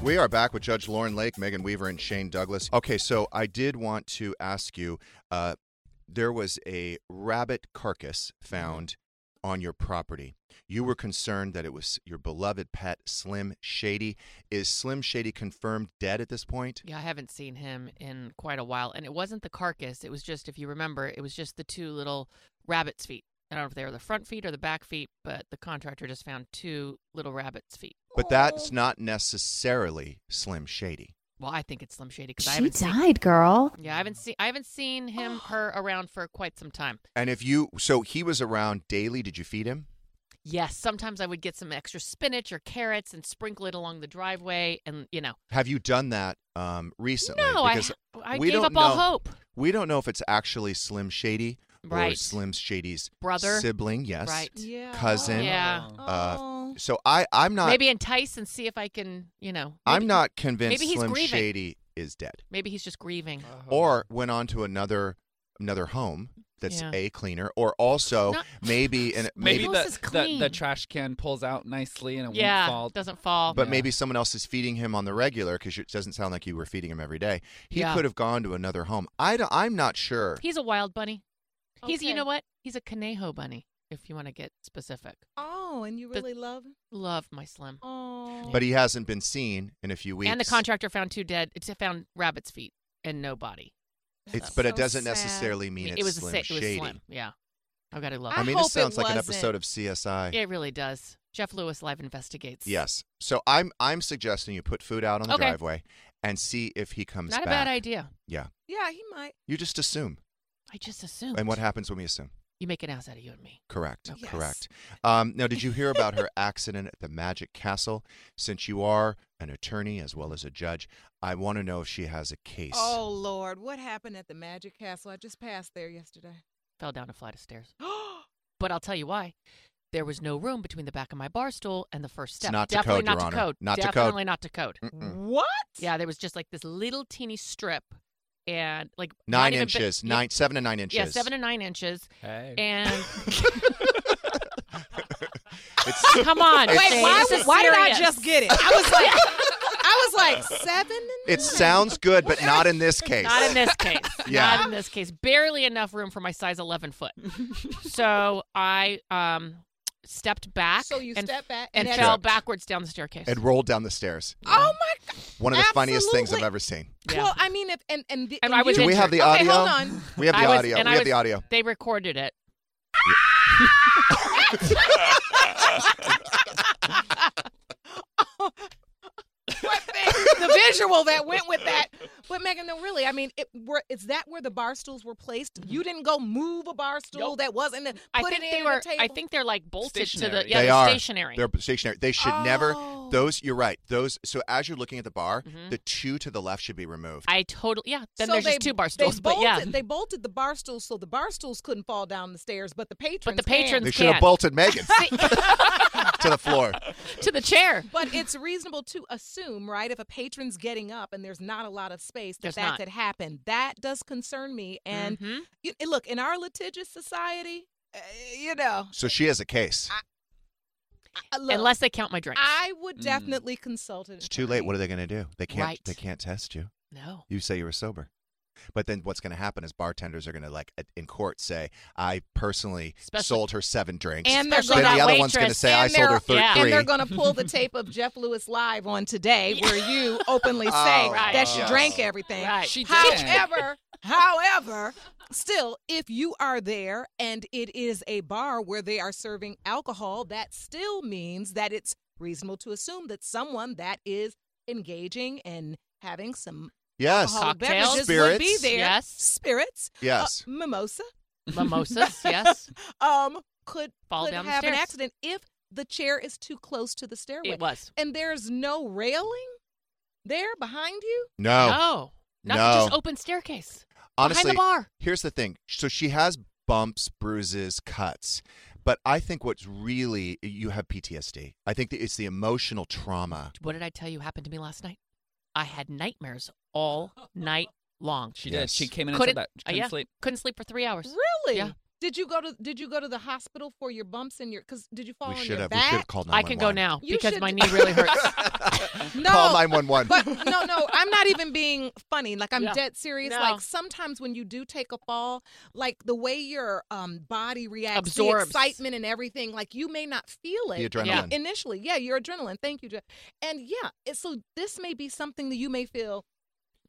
Speaker 9: We are back with Judge Lauren Lake, Megan Weaver, and Shane Douglas. Okay, so I did want to ask you uh, there was a rabbit carcass found on your property. You were concerned that it was your beloved pet, Slim Shady. Is Slim Shady confirmed dead at this point?
Speaker 10: Yeah, I haven't seen him in quite a while. And it wasn't the carcass. It was just, if you remember, it was just the two little rabbit's feet. I don't know if they were the front feet or the back feet, but the contractor just found two little rabbit's feet.
Speaker 9: But that's not necessarily Slim Shady.
Speaker 10: Well, I think it's Slim Shady because I
Speaker 14: She
Speaker 10: haven't seen.
Speaker 14: died, girl.
Speaker 10: Yeah, I haven't seen. I haven't seen him, her around for quite some time.
Speaker 9: And if you, so he was around daily. Did you feed him?
Speaker 10: Yes, sometimes I would get some extra spinach or carrots and sprinkle it along the driveway, and you know,
Speaker 9: Have you done that um, recently?
Speaker 10: No, I
Speaker 9: Because
Speaker 10: ha- I
Speaker 9: we
Speaker 10: gave
Speaker 9: don't
Speaker 10: up all
Speaker 9: know-
Speaker 10: hope.
Speaker 9: We don't know if it's actually Slim Shady or
Speaker 10: Right.
Speaker 9: Slim Shady's
Speaker 10: Brother.
Speaker 9: sibling. Yes,
Speaker 10: Right. Yeah.
Speaker 9: cousin.
Speaker 10: Yeah.
Speaker 9: Uh, so I, I'm not.
Speaker 10: maybe entice and see if I can, you know.
Speaker 9: I'm
Speaker 10: maybe-
Speaker 9: not convinced
Speaker 10: Maybe he's
Speaker 9: Slim
Speaker 10: grieving.
Speaker 9: Shady is dead,
Speaker 10: Maybe he's just grieving.
Speaker 9: or went on to another another home that's
Speaker 10: Yeah.
Speaker 9: a cleaner, or also
Speaker 10: Not-
Speaker 9: maybe and
Speaker 15: Maybe
Speaker 9: maybe,
Speaker 10: House
Speaker 15: the,
Speaker 10: is
Speaker 15: the, the
Speaker 10: clean.
Speaker 15: trash can pulls out nicely and it
Speaker 10: yeah,
Speaker 15: won't fall.
Speaker 10: doesn't fall.
Speaker 9: but maybe someone else is feeding him on the regular because it doesn't sound like you were feeding him every day. He
Speaker 10: Yeah.
Speaker 9: could have gone to another home. I don't, I'm not sure.
Speaker 10: he's a wild bunny. He's you know what? He's a conejo bunny. If you want to get specific,
Speaker 13: Oh, and you
Speaker 10: The-
Speaker 13: really love him?
Speaker 10: love my Slim.
Speaker 13: Oh.
Speaker 9: But he hasn't been seen in a few weeks.
Speaker 10: And the contractor found two dead. It's found rabbit's feet and no body.
Speaker 9: It's, but it
Speaker 13: so
Speaker 9: doesn't
Speaker 13: sad.
Speaker 9: necessarily mean it's
Speaker 10: it was
Speaker 9: Slim
Speaker 10: a, sa-
Speaker 9: Shady.
Speaker 10: It was Slim. Yeah, I gotta love.
Speaker 9: I,
Speaker 10: it.
Speaker 9: mean,
Speaker 13: hope
Speaker 9: this
Speaker 13: it
Speaker 9: sounds like an
Speaker 13: wasn't.
Speaker 9: episode of CSI.
Speaker 10: It really does. Jeff Lewis live investigates.
Speaker 9: Yes. So I'm I'm suggesting you put food out on the
Speaker 10: Okay.
Speaker 9: driveway and see if he comes
Speaker 10: Not a
Speaker 9: back.
Speaker 10: bad idea.
Speaker 9: Yeah.
Speaker 13: Yeah, he might.
Speaker 9: You just assume.
Speaker 10: I just assume.
Speaker 9: And what happens when we assume?
Speaker 10: You make an ass out of you and me.
Speaker 9: Correct.
Speaker 10: Okay.
Speaker 9: Correct. Um, now, did you hear about her accident at the Magic Castle? Since you are an attorney as well as a judge, I want to know if she has a case.
Speaker 13: Oh, Lord. What happened at the Magic Castle? I just passed there yesterday. Oh,
Speaker 10: Fell down a flight of stairs. But I'll tell you why. There was no room between the back of my bar stool and the first step.
Speaker 9: not to
Speaker 10: Definitely
Speaker 9: code,
Speaker 10: not
Speaker 9: Your
Speaker 10: to
Speaker 9: Honor.
Speaker 10: code.
Speaker 9: Not to code.
Speaker 10: Definitely not to code.
Speaker 9: Mm-mm.
Speaker 13: What?
Speaker 10: Yeah, there was just like this little teeny strip, and like not
Speaker 9: Nine
Speaker 10: even bi-
Speaker 9: inches,
Speaker 10: yeah,
Speaker 9: nine, seven to nine inches.
Speaker 10: Yeah, seven and nine inches.
Speaker 15: Hey.
Speaker 10: And
Speaker 9: It's-
Speaker 10: come on,
Speaker 9: It's-
Speaker 13: Wait, why,
Speaker 10: this is
Speaker 13: why did I
Speaker 10: serious.
Speaker 13: just get it? I was like, I was like, seven?
Speaker 9: It sounds good, but not in this case.
Speaker 10: Not in this case.
Speaker 9: Yeah.
Speaker 10: Not in this case. Barely enough room for my size 11 foot. so I um
Speaker 13: stepped back.
Speaker 10: So you
Speaker 13: and,
Speaker 10: stepped back
Speaker 13: and,
Speaker 10: and
Speaker 13: fell
Speaker 9: tripped.
Speaker 13: backwards down the staircase.
Speaker 9: And rolled down the stairs.
Speaker 10: Oh my god.
Speaker 9: One of the funniest things I've
Speaker 10: Absolutely.
Speaker 9: ever seen.
Speaker 10: Well, I mean, if and and, the,
Speaker 13: And I was
Speaker 9: Do we
Speaker 13: injured.
Speaker 9: have the
Speaker 13: Okay,
Speaker 9: audio?
Speaker 13: hold on.
Speaker 9: We have the
Speaker 13: I was-
Speaker 9: audio. We
Speaker 13: and I
Speaker 9: have
Speaker 13: was-
Speaker 9: the audio.
Speaker 13: They recorded it.
Speaker 10: the visual that went with that. But Megan, no, really, I mean, it, were, is that where the bar stools were placed? You didn't go move a bar stool that wasn't.
Speaker 13: Mm-hmm.
Speaker 10: Put
Speaker 13: I think
Speaker 10: it
Speaker 13: they
Speaker 10: in
Speaker 13: were.
Speaker 10: The table.
Speaker 13: I think they're like bolted to the
Speaker 9: Stationary.
Speaker 13: yeah,
Speaker 9: they
Speaker 13: they're
Speaker 9: are
Speaker 13: stationary.
Speaker 9: They're stationary. They should never.
Speaker 10: Oh.
Speaker 9: Those. You're right. Those. So as you're looking at the bar,
Speaker 10: Mm-hmm.
Speaker 13: Mhm.
Speaker 9: the two to the left should be removed.
Speaker 13: I totally yeah. Then
Speaker 10: So
Speaker 13: there's just
Speaker 10: they-
Speaker 13: two bar
Speaker 10: they
Speaker 13: stools, but
Speaker 10: bolted,
Speaker 13: yeah,
Speaker 10: they bolted the bar stools so the bar stools couldn't fall down the stairs, but the patrons.
Speaker 13: the
Speaker 10: can.
Speaker 13: patrons
Speaker 9: they should have bolted Megan to the floor.
Speaker 13: to the chair.
Speaker 10: But it's reasonable to assume, right? If a patron's getting up and there's not a lot of space, that
Speaker 13: There's
Speaker 10: that
Speaker 13: not. Mm-hmm.
Speaker 10: could happen. That does concern me. And you, and look, in our litigious society, uh, you know,
Speaker 9: So she has a case.
Speaker 10: uh, look,
Speaker 13: Unless they count my drinks.
Speaker 10: I would
Speaker 9: Mm.
Speaker 10: definitely consult it.
Speaker 9: It's too late. What are they going to do? They can't.
Speaker 10: Right.
Speaker 9: They can't test you.
Speaker 13: No.
Speaker 9: You say you were sober. But then what's going to happen is bartenders are going to like at- in court say, "I personally
Speaker 10: Especially-
Speaker 9: sold her seven drinks."
Speaker 10: And they're
Speaker 9: then
Speaker 10: gonna-
Speaker 9: the other one's going to
Speaker 10: waitress.
Speaker 9: say, "I
Speaker 10: And
Speaker 9: sold her
Speaker 10: they're-
Speaker 9: thir-
Speaker 10: yeah.
Speaker 9: three.
Speaker 10: And they're going to pull the tape of Jeff Lewis live on today, where you openly say
Speaker 9: Oh,
Speaker 10: that
Speaker 9: right.
Speaker 10: she
Speaker 9: yes.
Speaker 10: drank everything.
Speaker 13: Right. She
Speaker 11: did.
Speaker 10: However, however, still, if you are there and it is a bar where they are serving alcohol, that still means that it's reasonable to assume that someone that is engaging and having some
Speaker 9: Yes.
Speaker 10: alcohol
Speaker 9: Cocktails.
Speaker 10: Oh, beverages would be
Speaker 9: Spirits.
Speaker 10: there.
Speaker 13: Yes.
Speaker 10: Spirits. uh,
Speaker 9: Yes.
Speaker 10: mimosa.
Speaker 13: Mimosas, yes.
Speaker 10: Um, could
Speaker 13: Fall
Speaker 10: could
Speaker 13: down the
Speaker 10: have an
Speaker 13: stairs.
Speaker 10: accident if the chair is too close to the stairway.
Speaker 13: It was.
Speaker 10: and there's no railing there behind you.
Speaker 11: Oh.
Speaker 9: No.
Speaker 13: No. Not
Speaker 9: No.
Speaker 13: just open staircase.
Speaker 9: Honestly,
Speaker 13: behind the bar.
Speaker 9: here's the thing. So she has bumps, bruises, cuts. But I think what's really you have PTSD. I think that it's the emotional trauma.
Speaker 13: What did I tell you happened to me last night? I had nightmares all night long.
Speaker 11: She did. She came in and
Speaker 13: couldn't,
Speaker 11: said that. She
Speaker 13: uh,
Speaker 11: couldn't
Speaker 13: yeah,
Speaker 11: sleep.
Speaker 13: Couldn't sleep for three hours.
Speaker 10: Really?
Speaker 13: Yeah.
Speaker 10: Did you go to Did you go to the hospital for your bumps and your? Because did you fall
Speaker 9: We
Speaker 10: on
Speaker 9: should
Speaker 10: your
Speaker 9: have- we
Speaker 10: back?
Speaker 9: should have called
Speaker 13: I can go
Speaker 9: 911.
Speaker 13: now
Speaker 10: You
Speaker 13: because
Speaker 10: should-
Speaker 13: my knee really hurts.
Speaker 10: No,
Speaker 9: Call 911.
Speaker 10: But no, no, I'm not even being funny. Like I'm
Speaker 13: Yeah.
Speaker 10: dead serious.
Speaker 13: No.
Speaker 10: Like sometimes when you do take a fall, like the way your um, body reacts,
Speaker 13: Absorbs.
Speaker 10: the excitement and everything, like you may not feel it.
Speaker 9: The adrenaline.
Speaker 10: initially, yeah, your adrenaline. Thank you, Jeff. And yeah, it, so this may be something that you may feel.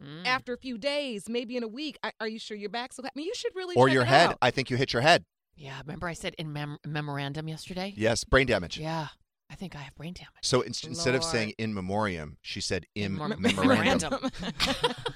Speaker 13: Mm.
Speaker 10: After a few days, maybe in a week, I, are you sure your back's okay? I mean, you should really
Speaker 9: or
Speaker 10: check
Speaker 9: your
Speaker 10: it
Speaker 9: head.
Speaker 10: out.
Speaker 9: I think you hit your head.
Speaker 13: yeah. Remember I said in mem- memorandum yesterday?
Speaker 9: Yes, brain damage.
Speaker 13: Yeah. I think I have brain damage.
Speaker 9: So in- instead of
Speaker 13: Lord.
Speaker 9: saying in memoriam, she said in
Speaker 13: Mem-
Speaker 9: memorandum.
Speaker 13: memorandum.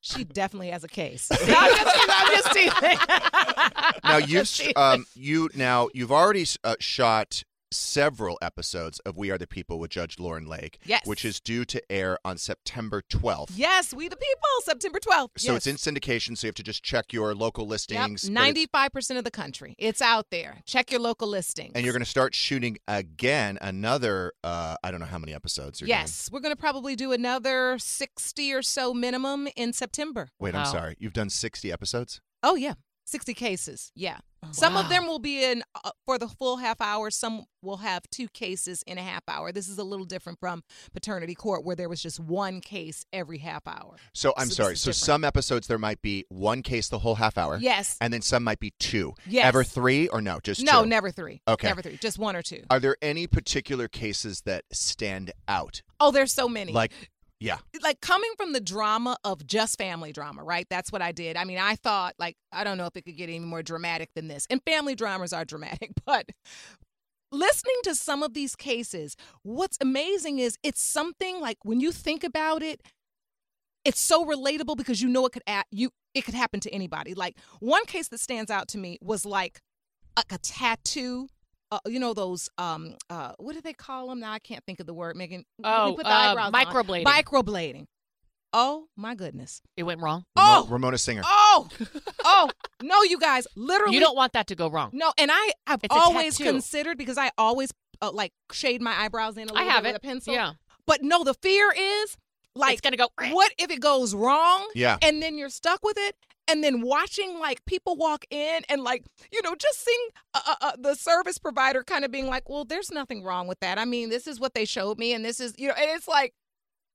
Speaker 10: She definitely has a case. No, I'm just kidding. I'm just teasing.
Speaker 9: now
Speaker 10: I'm
Speaker 9: you've
Speaker 10: just teasing.
Speaker 9: um, you now you've already uh, shot several episodes of We Are the People with Judge Lauren Lake,
Speaker 10: Yes.
Speaker 9: which is due to air on September 12th.
Speaker 10: Yes, we the people, September 12th.
Speaker 9: So
Speaker 10: yes.
Speaker 9: it's in syndication, so you have to just check your local listings. but it's-
Speaker 10: Ninety-five percent of the country. It's out there. Check your local listing.
Speaker 9: and you're going to start shooting again another uh, I don't know how many episodes you're
Speaker 10: Yes, we're going to probably do another sixty or so minimum in September.
Speaker 9: doing. Wait, I'm sorry. You've done 60 episodes?
Speaker 10: Oh yeah, sixty cases. Yeah,
Speaker 9: Oh,
Speaker 10: some
Speaker 13: wow.
Speaker 10: of them will be in uh, for the full half hour. Some will have two cases in a half hour. This is a little different from paternity court, where there was just one case every half hour.
Speaker 9: So I'm
Speaker 10: this
Speaker 9: sorry.
Speaker 10: is
Speaker 9: So
Speaker 10: different.
Speaker 9: some episodes there might be one case the whole half hour.
Speaker 10: Yes.
Speaker 9: And then some might be two.
Speaker 10: Yes.
Speaker 9: Ever three or no? Just
Speaker 10: no,
Speaker 9: two?
Speaker 10: never three.
Speaker 9: Okay.
Speaker 10: never three. Just one or two.
Speaker 9: Are there any particular cases that stand out?
Speaker 10: Oh, there's so many.
Speaker 9: Like, yeah.
Speaker 10: like coming from the drama of just family drama, right? That's what I did. I mean, I thought like I don't know if it could get any more dramatic than this. And family dramas are dramatic, but listening to some of these cases, what's amazing is it's something like when you think about it, it's so relatable because you know it could a you it could happen to anybody. Like one case that stands out to me was like a, a tattoo. Uh, you know those um uh what do they call them now? I can't think of the word. Megan, we
Speaker 13: Oh,
Speaker 10: put the
Speaker 13: uh,
Speaker 10: eyebrows on.
Speaker 13: microblading.
Speaker 10: Microblading. Oh my goodness.
Speaker 13: It went wrong.
Speaker 10: Oh!
Speaker 9: Ramona Singer.
Speaker 10: Oh, oh no, you guys, literally,
Speaker 13: You don't want that to go wrong.
Speaker 10: No, and I have
Speaker 13: It's a
Speaker 10: always
Speaker 13: tattoo.
Speaker 10: considered because I always uh, like shade my eyebrows in a
Speaker 13: I
Speaker 10: little
Speaker 13: have
Speaker 10: bit
Speaker 13: it.
Speaker 10: with a pencil.
Speaker 13: Yeah.
Speaker 10: But no, the fear is like
Speaker 13: It's gonna go, "Eh."
Speaker 10: What if it goes wrong?
Speaker 9: Yeah.
Speaker 10: And then you're stuck with it. And then watching like people walk in and like you know just seeing uh, uh, uh, the service provider kind of being like, well, there's nothing wrong with that. I mean, this is what they showed me, and this is you know, and it's like,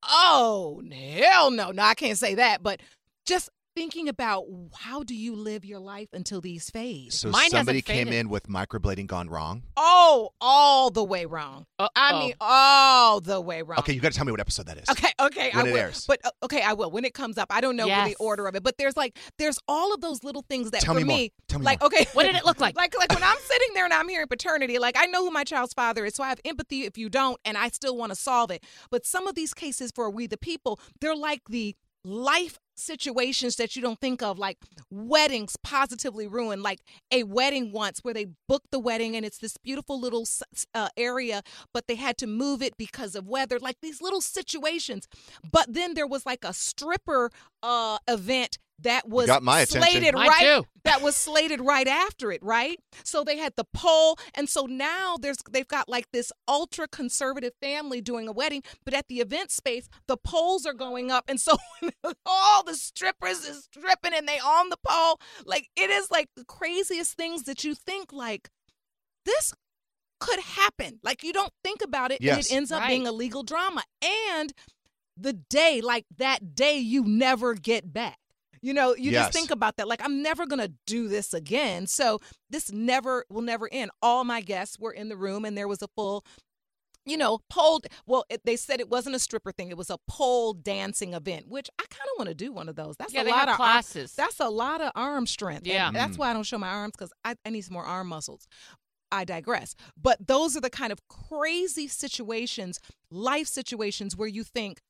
Speaker 10: oh hell no, no, I can't say that, but just thinking about how do you live your life until these fade.
Speaker 9: So somebody came in with microblading gone wrong.
Speaker 10: Oh, all the way wrong. I mean, all the way wrong.
Speaker 9: Okay, you got to tell me what episode that is.
Speaker 10: Okay, okay, I
Speaker 9: When it
Speaker 10: will.
Speaker 9: airs.
Speaker 10: But uh, okay, I will when it comes up. I don't know
Speaker 9: Yes.
Speaker 10: the order of it, but there's like there's all of those little things that
Speaker 9: Tell
Speaker 10: for
Speaker 9: me
Speaker 10: me,
Speaker 9: more. Tell me
Speaker 10: like
Speaker 9: more.
Speaker 10: okay,
Speaker 9: What did it
Speaker 10: look like? like like when I'm sitting there and I'm hearing paternity, like I know who my child's father is, so I have empathy if you don't, and I still want to solve it. But some of these cases for we the people, they're like the life situations that you don't think of like weddings positively ruined like a wedding once where they booked the wedding and it's this beautiful little s- s- uh, area but they had to move it because of weather like these little situations but then there was like a stripper uh event that was
Speaker 9: got my attention.
Speaker 10: slated
Speaker 9: Mine
Speaker 10: right
Speaker 9: too.
Speaker 10: that was slated right after it, right? So they had the poll, and so now there's they've got like this ultra conservative family doing a wedding, but at the event space, the polls are going up, and so all the strippers is stripping, and they on the pole. Like it is like the craziest things that you think like this could happen. Like you don't think about it, and
Speaker 9: Yes.
Speaker 10: it ends up
Speaker 9: Right.
Speaker 10: being a legal drama. And the day, like that day, you never get back. You know, you
Speaker 9: Yes.
Speaker 10: just think about that. Like, I'm never going to do this again. So, this never will never end. All my guests were in the room, and there was a full, you know, pole. Well, it, they said it wasn't a stripper thing, it was a pole dancing event, which I kind of want to do one of those. That's
Speaker 13: Yeah,
Speaker 10: a
Speaker 13: they
Speaker 10: lot
Speaker 13: have
Speaker 10: of
Speaker 13: classes.
Speaker 10: Arm, that's a lot of arm strength. and
Speaker 13: Yeah.
Speaker 10: that's
Speaker 13: Mm.
Speaker 10: why I don't show my arms because I, I need some more arm muscles. I digress. But those are the kind of crazy situations, life situations where you think,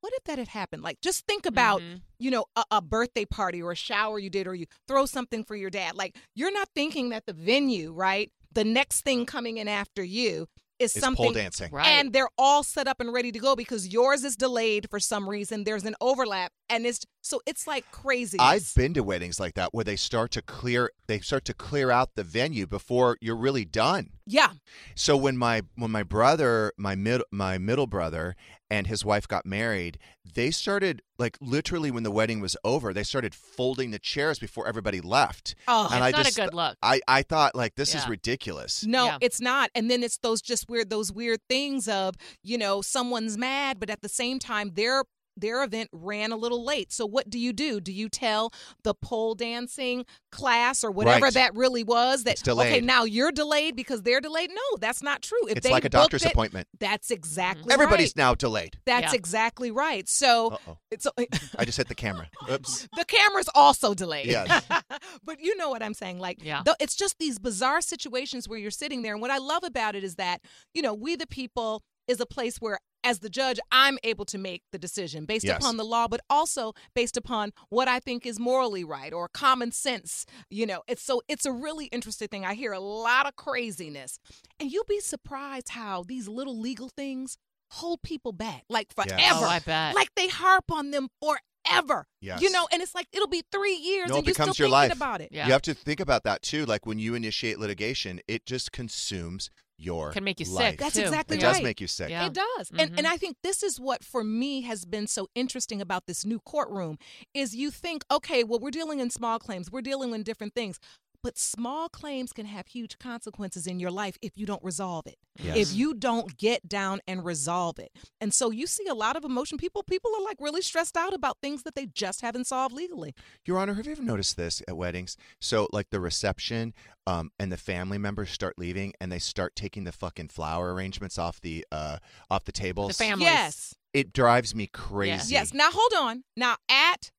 Speaker 10: what if that had happened? Like, just think about, you know, a, a birthday party or a shower you did, or you throw something for your dad. Like, you're not thinking that the venue, right? The next thing coming in after you is
Speaker 9: It's pole
Speaker 10: something
Speaker 9: dancing. Right.
Speaker 10: and they're all set up and ready to go because yours is delayed for some reason. There's an overlap, and it's so it's like crazy.
Speaker 9: I've been to weddings like that where they start to clear they start to clear out the venue before you're really done.
Speaker 10: yeah,
Speaker 9: So when my when my brother, my mid my middle brother and his wife got married, they started like literally when the wedding was over, they started folding the chairs before everybody left.
Speaker 10: Oh.
Speaker 9: and
Speaker 10: That's
Speaker 9: I
Speaker 10: not a
Speaker 9: just,
Speaker 10: good look.
Speaker 9: I, I thought like this is
Speaker 10: Yeah.
Speaker 9: ridiculous.
Speaker 10: No, it's not. And then it's those just weird those weird things of, you know, someone's mad, but at the same time their their event ran a little late. So what do you do? Do you tell the pole dancing class or whatever
Speaker 9: Right.
Speaker 10: that really was that
Speaker 9: It's delayed.
Speaker 10: okay, now you're delayed because they're delayed? No, that's not true. If
Speaker 9: It's
Speaker 10: they
Speaker 9: like a
Speaker 10: booked
Speaker 9: doctor's
Speaker 10: it,
Speaker 9: appointment.
Speaker 10: That's exactly
Speaker 9: Everybody's
Speaker 10: right. Oh.
Speaker 9: now delayed.
Speaker 10: That's exactly right. So
Speaker 9: Uh-oh.
Speaker 10: it's the
Speaker 9: I just hit the camera. Oops.
Speaker 10: camera's also delayed.
Speaker 9: Yes.
Speaker 10: but you know what I'm saying. Like, though, it's just these bizarre situations where you're sitting there. And what I love about it is that, you know, We the People is a place where, as the judge, I'm able to make the decision based
Speaker 16: Yes.
Speaker 10: upon the law, but also based upon what I think is morally right or common sense. You know, it's so it's a really interesting thing. I hear a lot of craziness. And you'll be surprised how these little legal things hold people back like
Speaker 13: Yes.
Speaker 10: forever.
Speaker 13: Oh, I bet.
Speaker 10: Like they harp on them forever.
Speaker 9: Yes.
Speaker 10: You know, and it's like it'll be three years
Speaker 9: No, it
Speaker 10: and you're still
Speaker 9: becomes
Speaker 10: thinking
Speaker 9: your life.
Speaker 10: about it.
Speaker 9: You have to think about that too. Like when you initiate litigation, it just consumes your
Speaker 13: Can make you sick,
Speaker 9: life.
Speaker 10: That's exactly
Speaker 9: It Mm-hmm.
Speaker 10: right.
Speaker 9: does make you sick.
Speaker 10: It does. And, and I think this is what for me has been so interesting about this new courtroom is you think, okay, well, we're dealing in small claims, we're dealing in different things. But small claims can have huge consequences in your life if you don't resolve it.
Speaker 16: Yes.
Speaker 9: Mm.
Speaker 10: If you don't get down and resolve it. And so you see a lot of emotion. People people are like really stressed out about things that they just haven't solved legally.
Speaker 9: Your Honor, have you ever noticed this at weddings? So, like the reception, um, and the family members start leaving, and they start taking the fucking flower arrangements off the uh, off the tables.
Speaker 10: families. Yes.
Speaker 9: It drives me crazy.
Speaker 10: Yes. Now hold on. Now at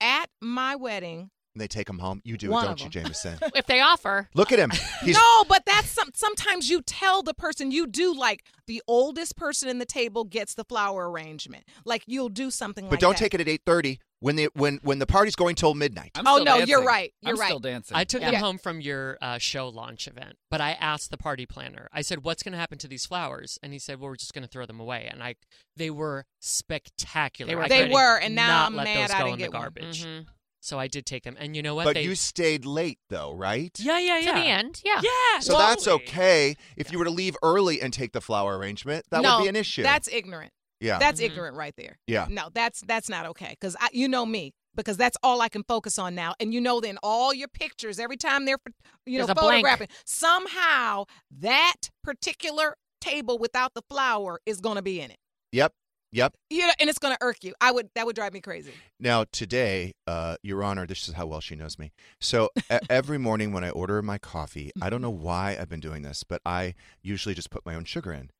Speaker 10: at my wedding,
Speaker 9: And they take them home. You do
Speaker 10: One
Speaker 9: it,
Speaker 10: of
Speaker 9: don't you, Jameson?
Speaker 10: if they offer,
Speaker 9: Look at him. He's
Speaker 10: no, but that's some, sometimes you tell the person you do like the oldest person in the table gets the flower arrangement. Like you'll do something
Speaker 9: But
Speaker 10: like
Speaker 9: don't
Speaker 10: that.
Speaker 9: take it at eight thirty when the when when the party's going till midnight.
Speaker 10: I'm Oh, still no, dancing. you're right. You're right.
Speaker 17: I took
Speaker 10: Yeah.
Speaker 17: them home from your uh, show launch event, but I asked the party planner. I said, "What's going to happen to these flowers?" And he said, "Well, we're just going to throw them away." And I, they were spectacular.
Speaker 10: They were
Speaker 17: I
Speaker 10: They
Speaker 17: could
Speaker 10: were, and now
Speaker 17: not
Speaker 10: I'm
Speaker 17: let
Speaker 10: mad
Speaker 17: those
Speaker 10: I
Speaker 17: go
Speaker 10: didn't
Speaker 17: in
Speaker 10: get
Speaker 17: the
Speaker 10: one.
Speaker 17: garbage. So I did take them, and you know what?
Speaker 9: But
Speaker 17: they,
Speaker 9: you stayed late though, right?
Speaker 17: yeah, yeah,
Speaker 13: To
Speaker 17: yeah,
Speaker 13: the end, yeah.
Speaker 17: yeah.
Speaker 9: So that's okay. If you were to leave early and take the flower arrangement, that
Speaker 10: no,
Speaker 9: would be an issue.
Speaker 10: That's ignorant.
Speaker 9: Yeah.
Speaker 10: That's
Speaker 9: Mhm.
Speaker 10: ignorant right there.
Speaker 9: Yeah.
Speaker 10: No, that's that's not okay cuz I you know me because that's all I can focus on now and you know then all your pictures every time they're you know
Speaker 13: There's a blank.
Speaker 10: photographing somehow that particular table without the flower is going to be in it.
Speaker 9: Yep. Yep.
Speaker 10: You know, and it's going to irk you. I would that would drive me crazy.
Speaker 9: Now, today, uh, Your Honor, this is how well she knows me. So e- every morning when I order my coffee, I don't know
Speaker 10: Mm-hmm.
Speaker 9: why I've been doing this, but I usually just put my own sugar in.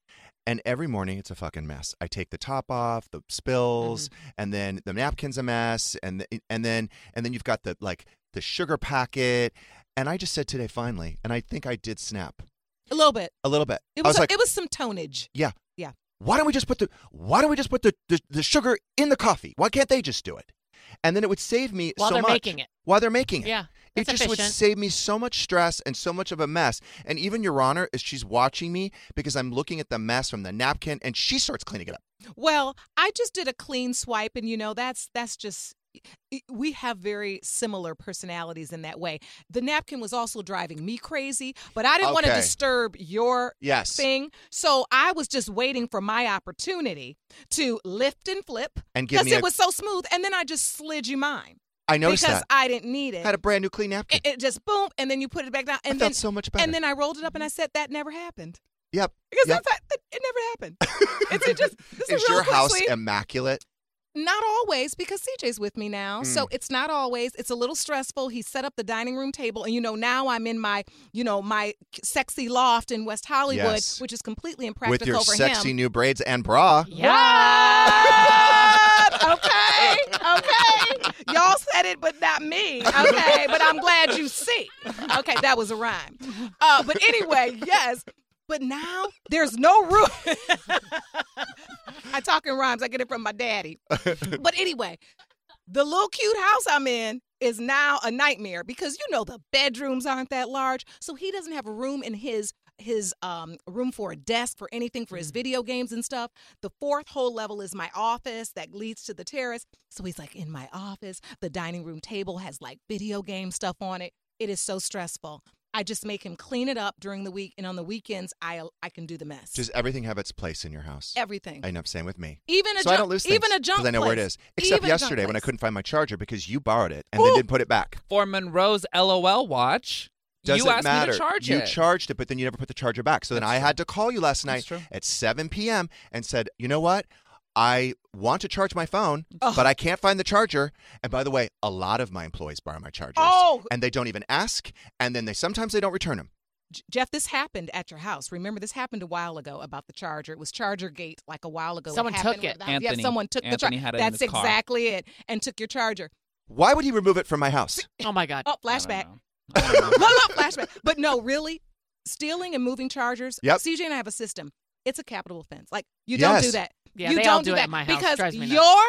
Speaker 9: And every morning it's a fucking mess. I take the top off, the spills,
Speaker 10: Mm-hmm.
Speaker 9: and then the napkin's a mess, and the, and then and then you've got the like the sugar packet. And I just said today finally, and I think I did snap
Speaker 10: A little bit.
Speaker 9: a little bit.
Speaker 10: It
Speaker 9: I
Speaker 10: was,
Speaker 9: was like,
Speaker 10: it was some tonnage.
Speaker 9: yeah,
Speaker 10: Yeah.
Speaker 9: why don't we just put the why don't we just put the, the, the sugar in the coffee? Why can't they just do it? And then it would save me
Speaker 13: While
Speaker 9: so
Speaker 13: they're
Speaker 9: much
Speaker 13: making it.
Speaker 9: while they're making it.
Speaker 13: Yeah,
Speaker 9: It
Speaker 13: that's
Speaker 9: just would
Speaker 13: efficient.
Speaker 9: save me so much stress and so much of a mess. And even Your Honor, is she's watching me because I'm looking at the mess from the napkin and she starts cleaning it up.
Speaker 10: Well, I just did a clean swipe, and you know that's that's just we have very similar personalities in that way. The napkin was also driving me crazy, but I didn't want to
Speaker 9: Okay.
Speaker 10: disturb your
Speaker 9: Yes.
Speaker 10: thing, so I was just waiting for my opportunity to lift and flip
Speaker 9: And give me
Speaker 10: it
Speaker 9: a-
Speaker 10: was so smooth, and then I just slid you mine.
Speaker 9: I noticed
Speaker 10: because
Speaker 9: that.
Speaker 10: I didn't need it.
Speaker 9: Had a brand new clean napkin.
Speaker 10: it, it just boom, and then you put it back down, and
Speaker 9: felt
Speaker 10: then
Speaker 9: so much better.
Speaker 10: And then I rolled it up, and I said that never happened
Speaker 9: Yep.
Speaker 10: because
Speaker 9: yep.
Speaker 10: that's that, it never happened. it's it just this
Speaker 9: Is
Speaker 10: a real
Speaker 9: your
Speaker 10: quick
Speaker 9: house
Speaker 10: sweep.
Speaker 9: immaculate?
Speaker 10: Not always, because CJ's with me now. So
Speaker 9: Mm.
Speaker 10: it's not always. It's a little stressful. He set up the dining room table, and you know, now I'm in my, you know, my sexy loft in West Hollywood,
Speaker 9: Yes.
Speaker 10: which is completely
Speaker 9: With
Speaker 10: impractical
Speaker 9: your
Speaker 10: for
Speaker 9: sexy
Speaker 10: him.
Speaker 9: new braids and bra.
Speaker 10: okay, okay. Y'all said it, but not me. Okay, but I'm glad you see. Okay, that was a rhyme. Uh, but anyway, yes. But now there's no room. I talk in rhymes. I get it from my daddy. But anyway, the little cute house I'm in is now a nightmare because you know the bedrooms aren't that large, so he doesn't have a room in his his um, room for a desk for anything for his video games and stuff. The fourth whole level is my office that leads to the terrace. So he's like in my office. The dining room table has like video game stuff on it. It is so stressful. I just make him clean it up during the week, and on the weekends I I can do the mess.
Speaker 9: Does everything have its place in your house?
Speaker 10: Everything.
Speaker 9: I know, same with me.
Speaker 10: Even a
Speaker 9: so I
Speaker 10: junk-
Speaker 9: don't lose
Speaker 10: even
Speaker 9: things,
Speaker 10: a junk
Speaker 9: 'cause I know where it
Speaker 10: place.
Speaker 9: is. Except
Speaker 10: Even a junk
Speaker 9: yesterday when I
Speaker 10: place.
Speaker 9: couldn't find my charger because you borrowed it and then didn't put it back.
Speaker 11: For Monroe's LOL watch,
Speaker 9: Doesn't
Speaker 11: you asked me
Speaker 9: matter.
Speaker 11: to charge
Speaker 9: you
Speaker 11: it.
Speaker 9: charged it, but then you never put the charger back. So then I had to call you last night at 7 p.m. and said, you know what? I want to charge my phone, but I can't find the charger. And by the way, a lot of my employees borrow my chargers,
Speaker 10: Oh.
Speaker 9: and they don't even ask, and then they sometimes they don't return them.
Speaker 10: J- Jeff, this happened at your house. Remember, this happened a while ago about the charger. It was Charger Gate like a while ago.
Speaker 13: Someone took
Speaker 10: happened
Speaker 13: it.
Speaker 10: with-
Speaker 11: Anthony-
Speaker 10: Yeah, someone took the
Speaker 11: Anthony
Speaker 10: charger.
Speaker 11: had it in
Speaker 10: That's
Speaker 11: his car.
Speaker 10: exactly it, and took your charger.
Speaker 9: Why would he remove it from my house?
Speaker 13: Oh my God.
Speaker 10: Oh, flashback. no, no, flashback. But no, really, stealing and moving chargers.
Speaker 9: Yep.
Speaker 10: CJ and I have a system. It's a capital offense. Like you don't
Speaker 9: Yes.
Speaker 10: do that.
Speaker 13: Yeah,
Speaker 10: you
Speaker 13: they
Speaker 10: don't
Speaker 13: all
Speaker 10: do
Speaker 13: do it
Speaker 10: that
Speaker 13: at my house.
Speaker 10: because
Speaker 13: Drives me nuts.
Speaker 10: your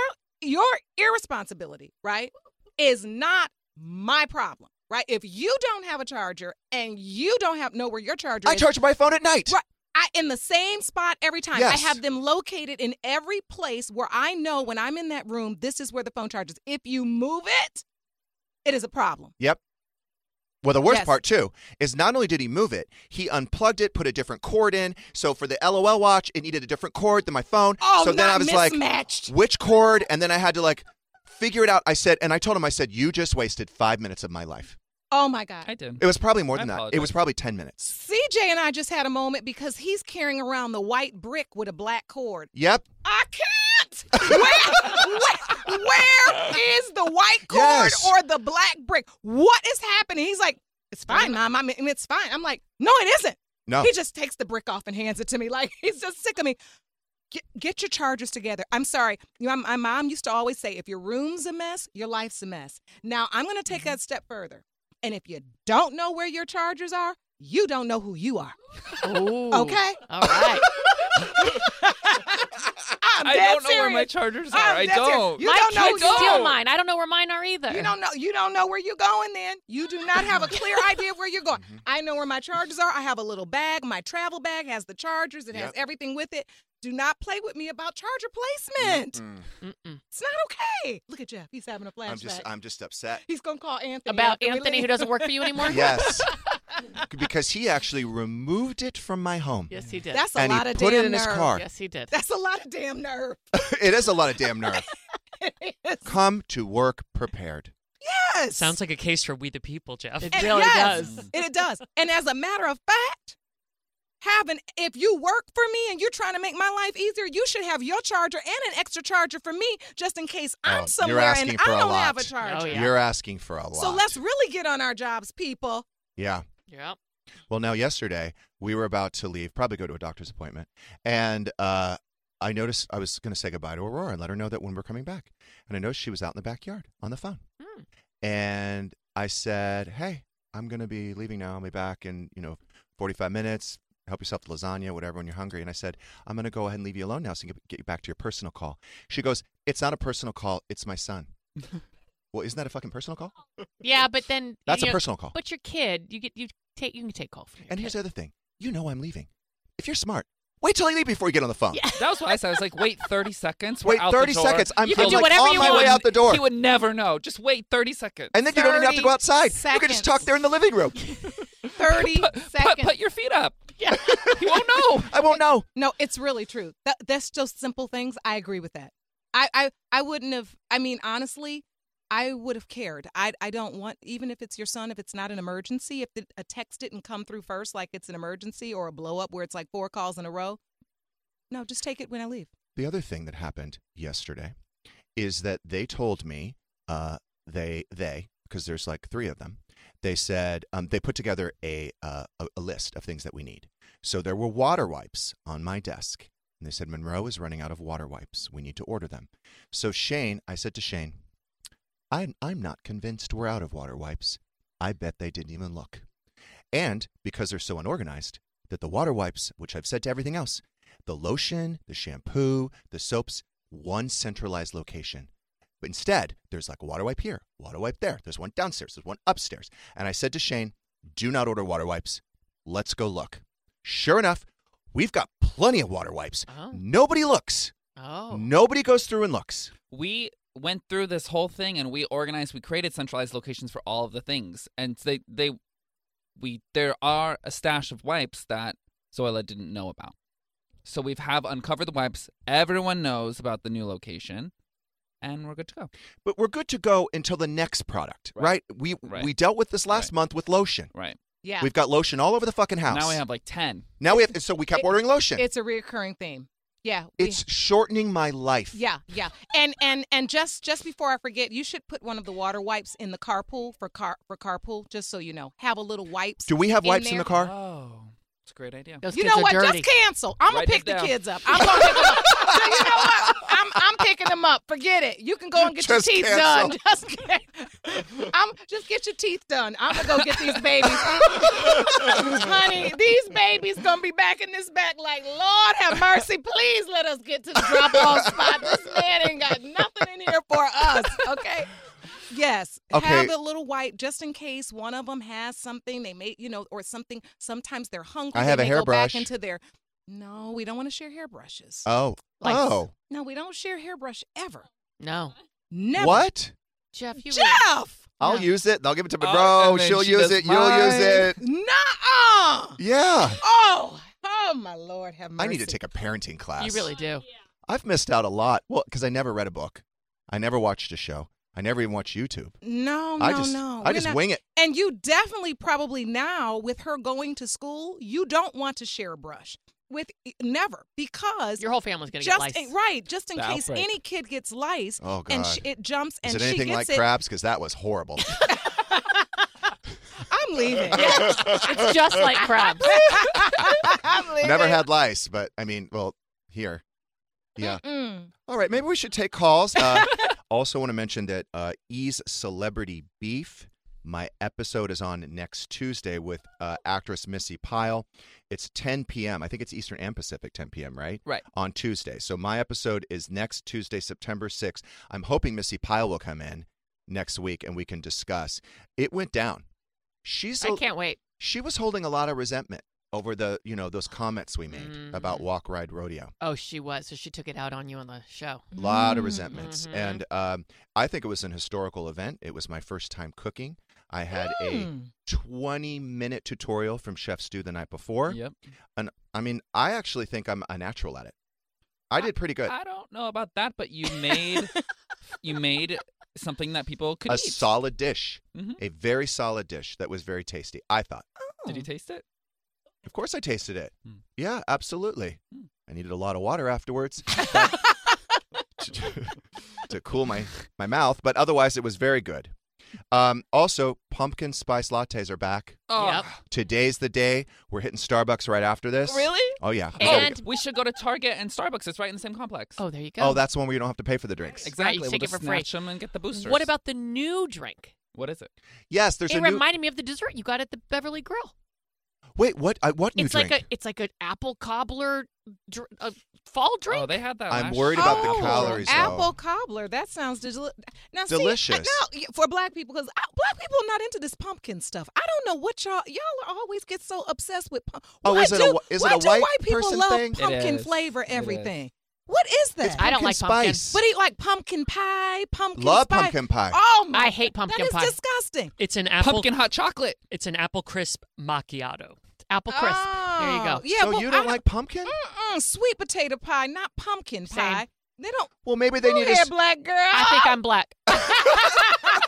Speaker 10: your irresponsibility, right, is not my problem. Right? If you don't have a charger and you don't have know where your charger
Speaker 9: I
Speaker 10: is,
Speaker 9: charge my phone at night.
Speaker 10: Right. I in the same spot every time.
Speaker 9: Yes.
Speaker 10: I have them located in every place where I know when I'm in that room, this is where the phone charges. If you move it, it is a problem.
Speaker 9: Yep. Well, the worst
Speaker 10: Yes.
Speaker 9: part too is not only did he move it, he unplugged it, put a different cord in. So for the LOL watch, it needed a different cord than my phone.
Speaker 10: Oh,
Speaker 9: so then
Speaker 10: not
Speaker 9: I was
Speaker 10: mismatched.
Speaker 9: like, which cord? And then I had to like figure it out. I said, and I told him, I said, you just wasted five minutes of my life.
Speaker 10: Oh my God.
Speaker 11: I did.
Speaker 9: It was probably more
Speaker 11: I
Speaker 9: than that. It
Speaker 11: apologize.
Speaker 9: was probably ten minutes.
Speaker 10: CJ and I just had a moment because he's carrying around the white brick with a black cord.
Speaker 9: Yep.
Speaker 10: I can't. Where, where, where is the white cord
Speaker 9: Yes.
Speaker 10: or the black brick? What is happening? He's like, it's fine, mom. I mean, it's fine. I'm like, no, it isn't.
Speaker 9: No.
Speaker 10: He just takes the brick off and hands it to me. Like he's just sick of me. Get, get your chargers together. I'm sorry. You know, my, my mom used to always say, if your room's a mess, your life's a mess. Now I'm going to take that step further. And if you don't know where your chargers are, you don't know who you are. Okay?
Speaker 13: All right.
Speaker 10: I'm
Speaker 11: I
Speaker 10: dead
Speaker 11: don't know where my
Speaker 10: serious.
Speaker 11: chargers are.
Speaker 10: I'm
Speaker 11: I
Speaker 10: dead serious.
Speaker 11: don't.
Speaker 10: You
Speaker 13: my
Speaker 10: don't know.
Speaker 13: kids
Speaker 10: you
Speaker 13: steal
Speaker 10: don't.
Speaker 13: mine. I don't know where mine are either.
Speaker 10: You don't know. You don't know where you're going. Then you do not have a clear idea of where you're
Speaker 9: Mm-hmm.
Speaker 10: going. I know where my chargers are. I have a little bag. My travel bag has the chargers. It has
Speaker 9: Yep.
Speaker 10: everything with it. Do not play with me about charger placement.
Speaker 11: Mm.
Speaker 10: It's not okay. Look at Jeff. He's having a flashback.
Speaker 9: I'm just, I'm just upset.
Speaker 10: He's gonna call Anthony
Speaker 13: About
Speaker 10: after we
Speaker 13: Anthony
Speaker 10: leave.
Speaker 13: who doesn't work for you anymore?
Speaker 9: Yes. because he actually removed it from my home.
Speaker 13: Yes, he did.
Speaker 10: That's a
Speaker 9: And he
Speaker 10: lot of
Speaker 9: put it
Speaker 10: damn
Speaker 9: in his
Speaker 10: nerve.
Speaker 9: car.
Speaker 13: Yes, he did.
Speaker 10: That's a lot of damn nerve.
Speaker 9: it is a lot of damn nerve.
Speaker 10: It is.
Speaker 9: Come to work prepared.
Speaker 10: yes.
Speaker 17: Sounds like a case for We the People, Jeff.
Speaker 13: It
Speaker 10: And
Speaker 13: really
Speaker 10: yes,
Speaker 13: does.
Speaker 10: And it does. And as a matter of fact, have an if you work for me and you're trying to make my life easier, you should have your charger and an extra charger for me just in case I'm
Speaker 9: Oh,
Speaker 10: somewhere
Speaker 9: you're asking
Speaker 10: and
Speaker 9: for
Speaker 10: I
Speaker 9: a
Speaker 10: don't
Speaker 9: lot.
Speaker 10: have
Speaker 11: Oh,
Speaker 10: a charger.
Speaker 9: You're asking for a lot.
Speaker 10: Oh, So let's really get on our jobs, people.
Speaker 9: yeah.
Speaker 10: Yep.
Speaker 9: Well, now yesterday we were about to leave, probably go to a doctor's appointment, and uh, I noticed I was going to say goodbye to Aurora and let her know that when we're coming back, and I noticed she was out in the backyard on the phone, and I said, "Hey, I'm going to be leaving now. I'll be back in you know 45 minutes. Help yourself to lasagna, whatever, when you're hungry." And I said, "I'm going to go ahead and leave you alone now, so you can get you back to your personal call." She goes, "It's not a personal call. It's my son." well, isn't that a fucking personal call?
Speaker 13: Yeah, but then
Speaker 9: That's
Speaker 13: you
Speaker 9: a
Speaker 13: know,
Speaker 9: personal call.
Speaker 13: But your kid, you get you take you can take call from your
Speaker 9: And here's
Speaker 13: kid.
Speaker 9: the other thing. You know I'm leaving. If you're smart, wait till I leave before you get on the phone.
Speaker 11: That was what I said. I was like, wait 30 seconds. we're
Speaker 9: Wait
Speaker 11: out the
Speaker 9: 30
Speaker 11: door.
Speaker 9: seconds. I'm-
Speaker 11: you can
Speaker 9: I'm
Speaker 11: do
Speaker 9: like
Speaker 11: whatever
Speaker 9: on
Speaker 11: you
Speaker 9: my way
Speaker 11: want.
Speaker 9: out the door.
Speaker 11: He would never know. Just wait 30 seconds.
Speaker 9: And then you don't even have to go outside. You can just talk there in the living room.
Speaker 10: 30
Speaker 11: Put,
Speaker 10: seconds.
Speaker 11: put your feet up.
Speaker 10: Yeah.
Speaker 11: you won't know.
Speaker 9: I won't know.
Speaker 10: No, it's really true. That, that's just simple things. I agree with that. I, I, I wouldn't have, I mean, honestly, I would have cared. I, I don't want, even if it's your son, if it's not an emergency, if the, a text didn't come through first, like it's an emergency or a blow up where it's like four calls in a row. No, just take it when I leave.
Speaker 9: The other thing that happened yesterday is that they told me uh, they they because there's like three of them. They said um, they put together a, uh, a a list of things that we need. So there were water wipes on my desk, and they said Monroe is running out of water wipes. We need to order them. So Shane, I said to Shane, I'm I'm not convinced we're out of water wipes. I bet they didn't even look. And because they're so unorganized, that the water wipes, which I've said to everything else, the lotion, the shampoo, the soaps, one centralized location. But instead, there's like a water wipe here, water wipe there. There's one downstairs, there's one upstairs. And I said to Shane, do not order water wipes. Let's go look. Sure enough, we've got plenty of water wipes. Nobody looks.
Speaker 13: Oh.
Speaker 9: Nobody goes through and looks.
Speaker 11: we went through this whole thing and we organized we created centralized locations for all of the things and they they we there are a stash of wipes that zoila didn't know about so we've have uncovered the wipes everyone knows about the new location and we're good to go
Speaker 9: But we're good to go until the next product, right?
Speaker 11: Right.
Speaker 9: We
Speaker 11: Right.
Speaker 9: we dealt with this last month with lotion.
Speaker 11: Right.
Speaker 10: Yeah.
Speaker 9: We've got lotion all over the fucking house.
Speaker 11: now we have like 10
Speaker 9: Now we have so we kept
Speaker 10: It-
Speaker 9: ordering lotion.
Speaker 10: It's a reoccurring theme. Yeah. we-
Speaker 9: It's shortening my life.
Speaker 10: yeah, yeah, and and and just just before I forget, you should put one of the water wipes in the carpool for car for carpool, just so you know. Have a little wipes.
Speaker 9: Do we have wipes in the
Speaker 10: there.
Speaker 9: car?
Speaker 11: oh it's a great idea
Speaker 10: you know what? Just cancel. I'm
Speaker 11: Write
Speaker 10: gonna pick
Speaker 11: it
Speaker 10: the
Speaker 11: down.
Speaker 10: kids up. I'm gonna pick them up. So you know what? I'm, I'm picking them up. Forget it. You can go and get
Speaker 1: Just
Speaker 10: your teeth
Speaker 1: cancel.
Speaker 10: done. Just, get- I'm just get your teeth done. I'm gonna go get these babies, honey. These babies gonna be back in this back like Lord have mercy. Please let us get to the drop off spot. This man ain't got nothing in here for us. Okay. Yes.
Speaker 9: Okay.
Speaker 10: Have a little white just in case one of them has something they may, you know, or something. Sometimes they're hungry.
Speaker 9: I have
Speaker 10: they
Speaker 9: a
Speaker 10: may go back
Speaker 9: hairbrush.
Speaker 10: into their. No, we don't want to share hairbrushes.
Speaker 9: Oh.
Speaker 10: Like-
Speaker 9: oh.
Speaker 10: No, we don't share hairbrush ever.
Speaker 13: No.
Speaker 10: Never.
Speaker 9: What? Oh,
Speaker 13: Jeff, you
Speaker 10: Jeff!
Speaker 9: I'll use it. and I'll give it to Monroe.
Speaker 11: Oh, and then
Speaker 9: She'll
Speaker 11: she
Speaker 9: use
Speaker 11: does
Speaker 9: it. You'll use
Speaker 11: mine.
Speaker 9: it.
Speaker 10: Nuh-uh.
Speaker 9: Yeah.
Speaker 10: Oh, oh my Lord, have mercy.
Speaker 9: I need to take a parenting class.
Speaker 13: You really do.
Speaker 9: I've missed out a lot. Well, because I never read a book. I never watched a show. I never even watched YouTube.
Speaker 10: No, no,
Speaker 9: I just-
Speaker 10: no.
Speaker 9: I
Speaker 10: We're
Speaker 9: just wing it.
Speaker 10: And you definitely, probably now, with her going to school, you don't want to share a brush with e, never because
Speaker 13: your whole family's gonna get
Speaker 10: just,
Speaker 13: lice.
Speaker 10: in- right. Just in
Speaker 9: The
Speaker 10: case
Speaker 9: outbreak.
Speaker 10: any kid gets lice,
Speaker 9: Oh,
Speaker 10: and
Speaker 9: God.
Speaker 10: she, it jumps
Speaker 9: Is
Speaker 10: and
Speaker 9: it
Speaker 10: she
Speaker 9: anything
Speaker 10: gets
Speaker 9: like
Speaker 10: it.
Speaker 9: crabs? Because that was horrible.
Speaker 10: I'm leaving.
Speaker 13: It's just like crabs.
Speaker 10: I'm leaving.
Speaker 9: never had lice, but I mean, well, here. Yeah.
Speaker 10: Mm.
Speaker 9: All right, maybe we should take calls. Uh, also, want to mention that uh, E's Celebrity Beef. My episode is on next Tuesday with uh, actress Missy Pyle. It's 10 p.m. I think it's Eastern and Pacific 10 p.m. Right?
Speaker 11: Right.
Speaker 9: On Tuesday. So my episode is next Tuesday, September 6th. I'm hoping Missy Pyle will come in next week and we can discuss. It went down. She's
Speaker 13: I
Speaker 9: a-
Speaker 13: can't wait.
Speaker 9: She was holding a lot of resentment over the you know those comments we made
Speaker 13: Mm.
Speaker 9: about walk ride rodeo.
Speaker 13: Oh, she was. So she took it out on you on the show.
Speaker 9: A lot
Speaker 11: Mm-hmm.
Speaker 9: of resentments.
Speaker 13: Mhm.
Speaker 9: And um, I think it was an historical event. It was my first time cooking. I had
Speaker 11: Hmm.
Speaker 13: Mm.
Speaker 9: a 20 minute tutorial from Chef Stu the night before.
Speaker 11: Yep.
Speaker 9: And I mean, I actually think I'm a natural at it. I did pretty good.
Speaker 11: i don't know about that but you made you made something that people could
Speaker 9: A
Speaker 11: eat
Speaker 9: solid dish,
Speaker 11: Mhm.
Speaker 9: a very solid dish that was very tasty, I thought.
Speaker 11: did you taste it
Speaker 9: Of course, I tasted it.
Speaker 13: Hmm.
Speaker 9: Yeah, absolutely. I needed a lot of water afterwards but- to, to cool my my mouth, but otherwise, it was very good. Um, also, pumpkin spice lattes are back.
Speaker 11: Oh. Yep.
Speaker 9: Today's the day. We're hitting Starbucks right after this.
Speaker 11: Really?
Speaker 9: Oh yeah.
Speaker 11: And we should go to Target and Starbucks. It's right in the same complex.
Speaker 13: Oh, there you
Speaker 9: oh, that's one where you don't have to pay for the drinks.
Speaker 11: exactly.
Speaker 13: Right, you
Speaker 11: we'll
Speaker 13: take it
Speaker 11: just
Speaker 13: for free.
Speaker 11: snatch 'em and get the boosters.
Speaker 13: What about the new drink?
Speaker 11: what is it?
Speaker 9: Yes, there's
Speaker 13: it
Speaker 9: a new.
Speaker 13: reminded me of the dessert you got at the Beverly Grill.
Speaker 9: Wait, what? I, what new
Speaker 13: it's
Speaker 9: drink?
Speaker 13: like a it's like an apple cobbler dr- a fall drink. Oh,
Speaker 11: Oh, they had that.
Speaker 9: I'm last worried year. about the calories, though.
Speaker 10: Oh, Apple cobbler. That sounds deli- now, see, I-
Speaker 9: Delicious.
Speaker 10: now, for black people, because black people are not into this pumpkin stuff. I don't know what y'all y'all always get so obsessed with. Pump-
Speaker 9: Oh,
Speaker 10: why
Speaker 9: is it a
Speaker 10: do-
Speaker 9: wh- is it
Speaker 10: why
Speaker 9: a
Speaker 10: do
Speaker 9: white
Speaker 10: white people
Speaker 9: person
Speaker 10: love
Speaker 9: thing? It
Speaker 10: pumpkin
Speaker 9: is.
Speaker 10: flavor
Speaker 9: It is.
Speaker 10: everything? What is that?
Speaker 13: I don't pumpkin like pumpkin. spice.
Speaker 10: But eat like pumpkin pie, pumpkin
Speaker 9: Love
Speaker 10: spice.
Speaker 9: pumpkin pie.
Speaker 10: Oh my!
Speaker 13: I hate pumpkin
Speaker 10: that
Speaker 13: pie.
Speaker 10: is disgusting.
Speaker 17: It's an apple
Speaker 11: Pumpkin hot chocolate.
Speaker 17: It's an apple crisp macchiato.
Speaker 13: Apple crisp. there you go.
Speaker 10: Oh, Yeah.
Speaker 9: so
Speaker 10: well,
Speaker 9: you don't
Speaker 10: I-
Speaker 9: like pumpkin?
Speaker 13: Mm.
Speaker 10: Mm-mm, sweet potato pie, not pumpkin pie. They don't.
Speaker 9: Well, maybe they
Speaker 10: Go
Speaker 9: need a
Speaker 10: ahead,
Speaker 9: s-
Speaker 10: black girl.
Speaker 13: I think I'm black.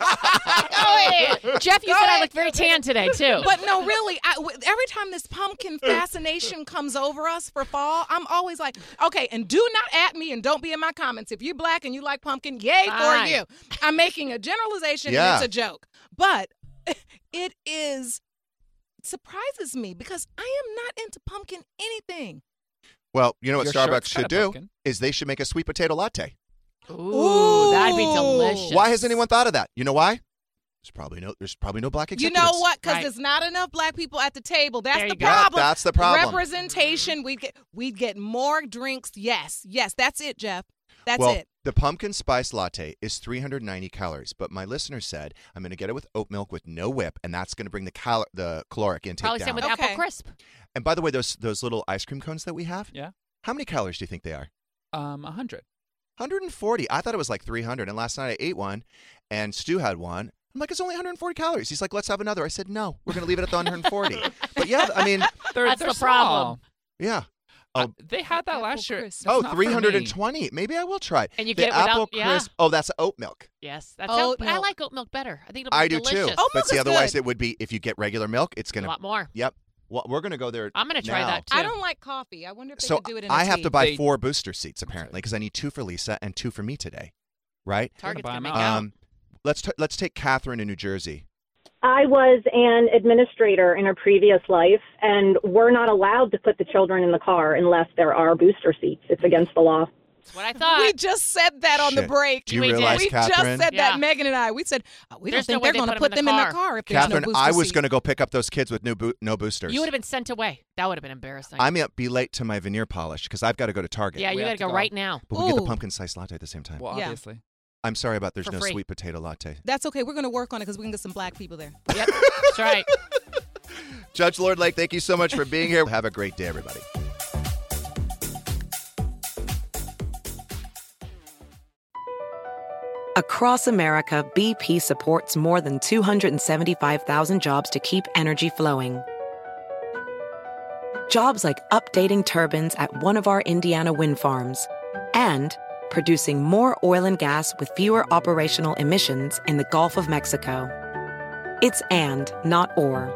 Speaker 10: Oh, yeah.
Speaker 13: Jeff, you
Speaker 10: Go
Speaker 13: said I
Speaker 10: ahead.
Speaker 13: look very tan today too.
Speaker 10: But no, really, I, w- every time this pumpkin fascination comes over us for fall, I'm always like, okay, and do not at me and don't be in my comments. If you're black and you like pumpkin, yay
Speaker 13: Fine.
Speaker 10: for you. I'm making a generalization
Speaker 9: Yeah.
Speaker 10: and it's a joke. But it is surprises me because I am not into pumpkin anything.
Speaker 9: Well, you know what
Speaker 11: Your
Speaker 9: Starbucks
Speaker 11: shirt's
Speaker 9: should
Speaker 11: kinda
Speaker 9: do
Speaker 11: pumpkin.
Speaker 9: is they should make a sweet potato latte.
Speaker 13: Ooh, that'd be
Speaker 10: Ooh.
Speaker 13: delicious.
Speaker 9: Why has anyone thought of that? You know why? There's probably no there's probably no black
Speaker 10: You
Speaker 9: executives.
Speaker 10: know what? Because
Speaker 13: Right.
Speaker 10: there's not enough black people at the table. That's
Speaker 13: There
Speaker 10: the
Speaker 13: you go. Mm-hmm.
Speaker 10: problem.
Speaker 9: That- that's the problem.
Speaker 10: Representation. We'd get we'd get more drinks. Yes, yes. That's it, Jeff. That's
Speaker 9: well,
Speaker 10: it.
Speaker 9: the pumpkin spice latte is 390 calories, but my listener said I'm going to get it with oat milk with no whip, and that's going to bring the cal- the caloric intake
Speaker 13: Probably
Speaker 9: down.
Speaker 13: same with
Speaker 10: Okay.
Speaker 13: apple crisp.
Speaker 9: and by the way, those those little ice cream cones that we have,
Speaker 11: Yeah.
Speaker 9: how many calories do you think they are?
Speaker 11: Um, a hundred.
Speaker 9: 140. I thought it was like 300. And last night I ate one, and Stu had one. I'm like, it's only 140 calories. He's like, let's have another. I said, no, we're going to leave it at the 140. but yeah, I mean,
Speaker 11: They're,
Speaker 13: That's
Speaker 11: they're
Speaker 13: the problem.
Speaker 11: small.
Speaker 9: yeah.
Speaker 11: Uh,
Speaker 9: Oh,
Speaker 11: they had that
Speaker 10: Apple
Speaker 11: last year.
Speaker 10: crisp.
Speaker 11: That's
Speaker 9: oh,
Speaker 11: not for me.
Speaker 9: 320. Maybe I will try. it.
Speaker 13: And you
Speaker 9: the
Speaker 13: get it without-
Speaker 9: apple
Speaker 13: yeah.
Speaker 9: crisp. Oh, that's oat milk.
Speaker 13: Yes, that
Speaker 10: Oat
Speaker 13: sounds. but I
Speaker 10: milk.
Speaker 13: like oat milk better. I think it'll be
Speaker 9: I do
Speaker 13: delicious.
Speaker 9: too.
Speaker 10: Oat
Speaker 9: but
Speaker 10: milk
Speaker 9: see,
Speaker 10: is
Speaker 9: otherwise
Speaker 10: good.
Speaker 9: it would be if you get regular milk, it's going
Speaker 13: a
Speaker 9: to.
Speaker 13: lot more.
Speaker 9: Yep. Well, we're going to go there.
Speaker 13: I'm gonna try
Speaker 9: now.
Speaker 13: that too.
Speaker 10: I don't like coffee. I wonder if they
Speaker 9: So
Speaker 10: could do it in a
Speaker 9: I have
Speaker 10: tea.
Speaker 9: to buy
Speaker 11: They-
Speaker 9: four booster seats apparently because I need two for Lisa and two for me today, right?
Speaker 13: Target's
Speaker 11: buy
Speaker 13: gonna
Speaker 11: 'em
Speaker 13: make
Speaker 11: out.
Speaker 13: out.
Speaker 9: Um, let's t- let's take Catherine in New Jersey.
Speaker 16: I was an administrator in a previous life, and we're not allowed to put the children in the car unless there are booster seats. It's against the law.
Speaker 13: That's what I thought.
Speaker 10: We just said that on the
Speaker 9: Shit.
Speaker 10: break.
Speaker 9: Do you
Speaker 13: We did.
Speaker 9: realize,
Speaker 10: we
Speaker 9: Catherine?
Speaker 10: just said
Speaker 13: Yeah.
Speaker 10: that, Megan and I. We said uh, we
Speaker 13: There's no
Speaker 10: don't think
Speaker 13: way
Speaker 10: they're
Speaker 13: they
Speaker 10: going to
Speaker 13: put
Speaker 10: put
Speaker 13: them
Speaker 10: them
Speaker 13: in
Speaker 10: in
Speaker 13: the
Speaker 10: the car if there's no
Speaker 9: Catherine,
Speaker 10: booster
Speaker 9: I was
Speaker 10: seat.
Speaker 9: going to go pick up those kids with new boo- no boosters.
Speaker 13: you would have been sent away. That would have been embarrassing.
Speaker 9: I may be late to my veneer polish because I've got to go to Target.
Speaker 13: yeah,
Speaker 11: We
Speaker 13: you
Speaker 11: have
Speaker 13: gotta
Speaker 11: to
Speaker 13: go,
Speaker 11: go.
Speaker 13: right now.
Speaker 9: But we get the
Speaker 10: Ooh.
Speaker 9: pumpkin spice latte at the same time.
Speaker 11: Well,
Speaker 10: Yeah.
Speaker 11: obviously.
Speaker 9: I'm sorry about there's
Speaker 13: For
Speaker 9: no
Speaker 13: free.
Speaker 9: sweet potato latte.
Speaker 10: That's okay. We're going to work on it because we can get some black people there.
Speaker 13: Yep, that's right.
Speaker 9: Judge Lord Lake, thank you so much for being here. Have a great day, everybody.
Speaker 14: Across America, BP supports more than 275,000 jobs to keep energy flowing. Jobs like updating turbines at one of our Indiana wind farms and producing more oil and gas with fewer operational emissions in the Gulf of Mexico. It's and, not or.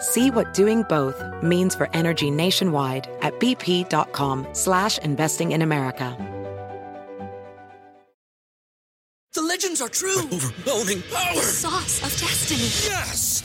Speaker 14: See what doing both means for energy nationwide at bp.com slash investing in America.
Speaker 1: The legends are true.
Speaker 2: Overwhelming
Speaker 1: The
Speaker 2: power!
Speaker 1: sauce of destiny.
Speaker 2: Yes!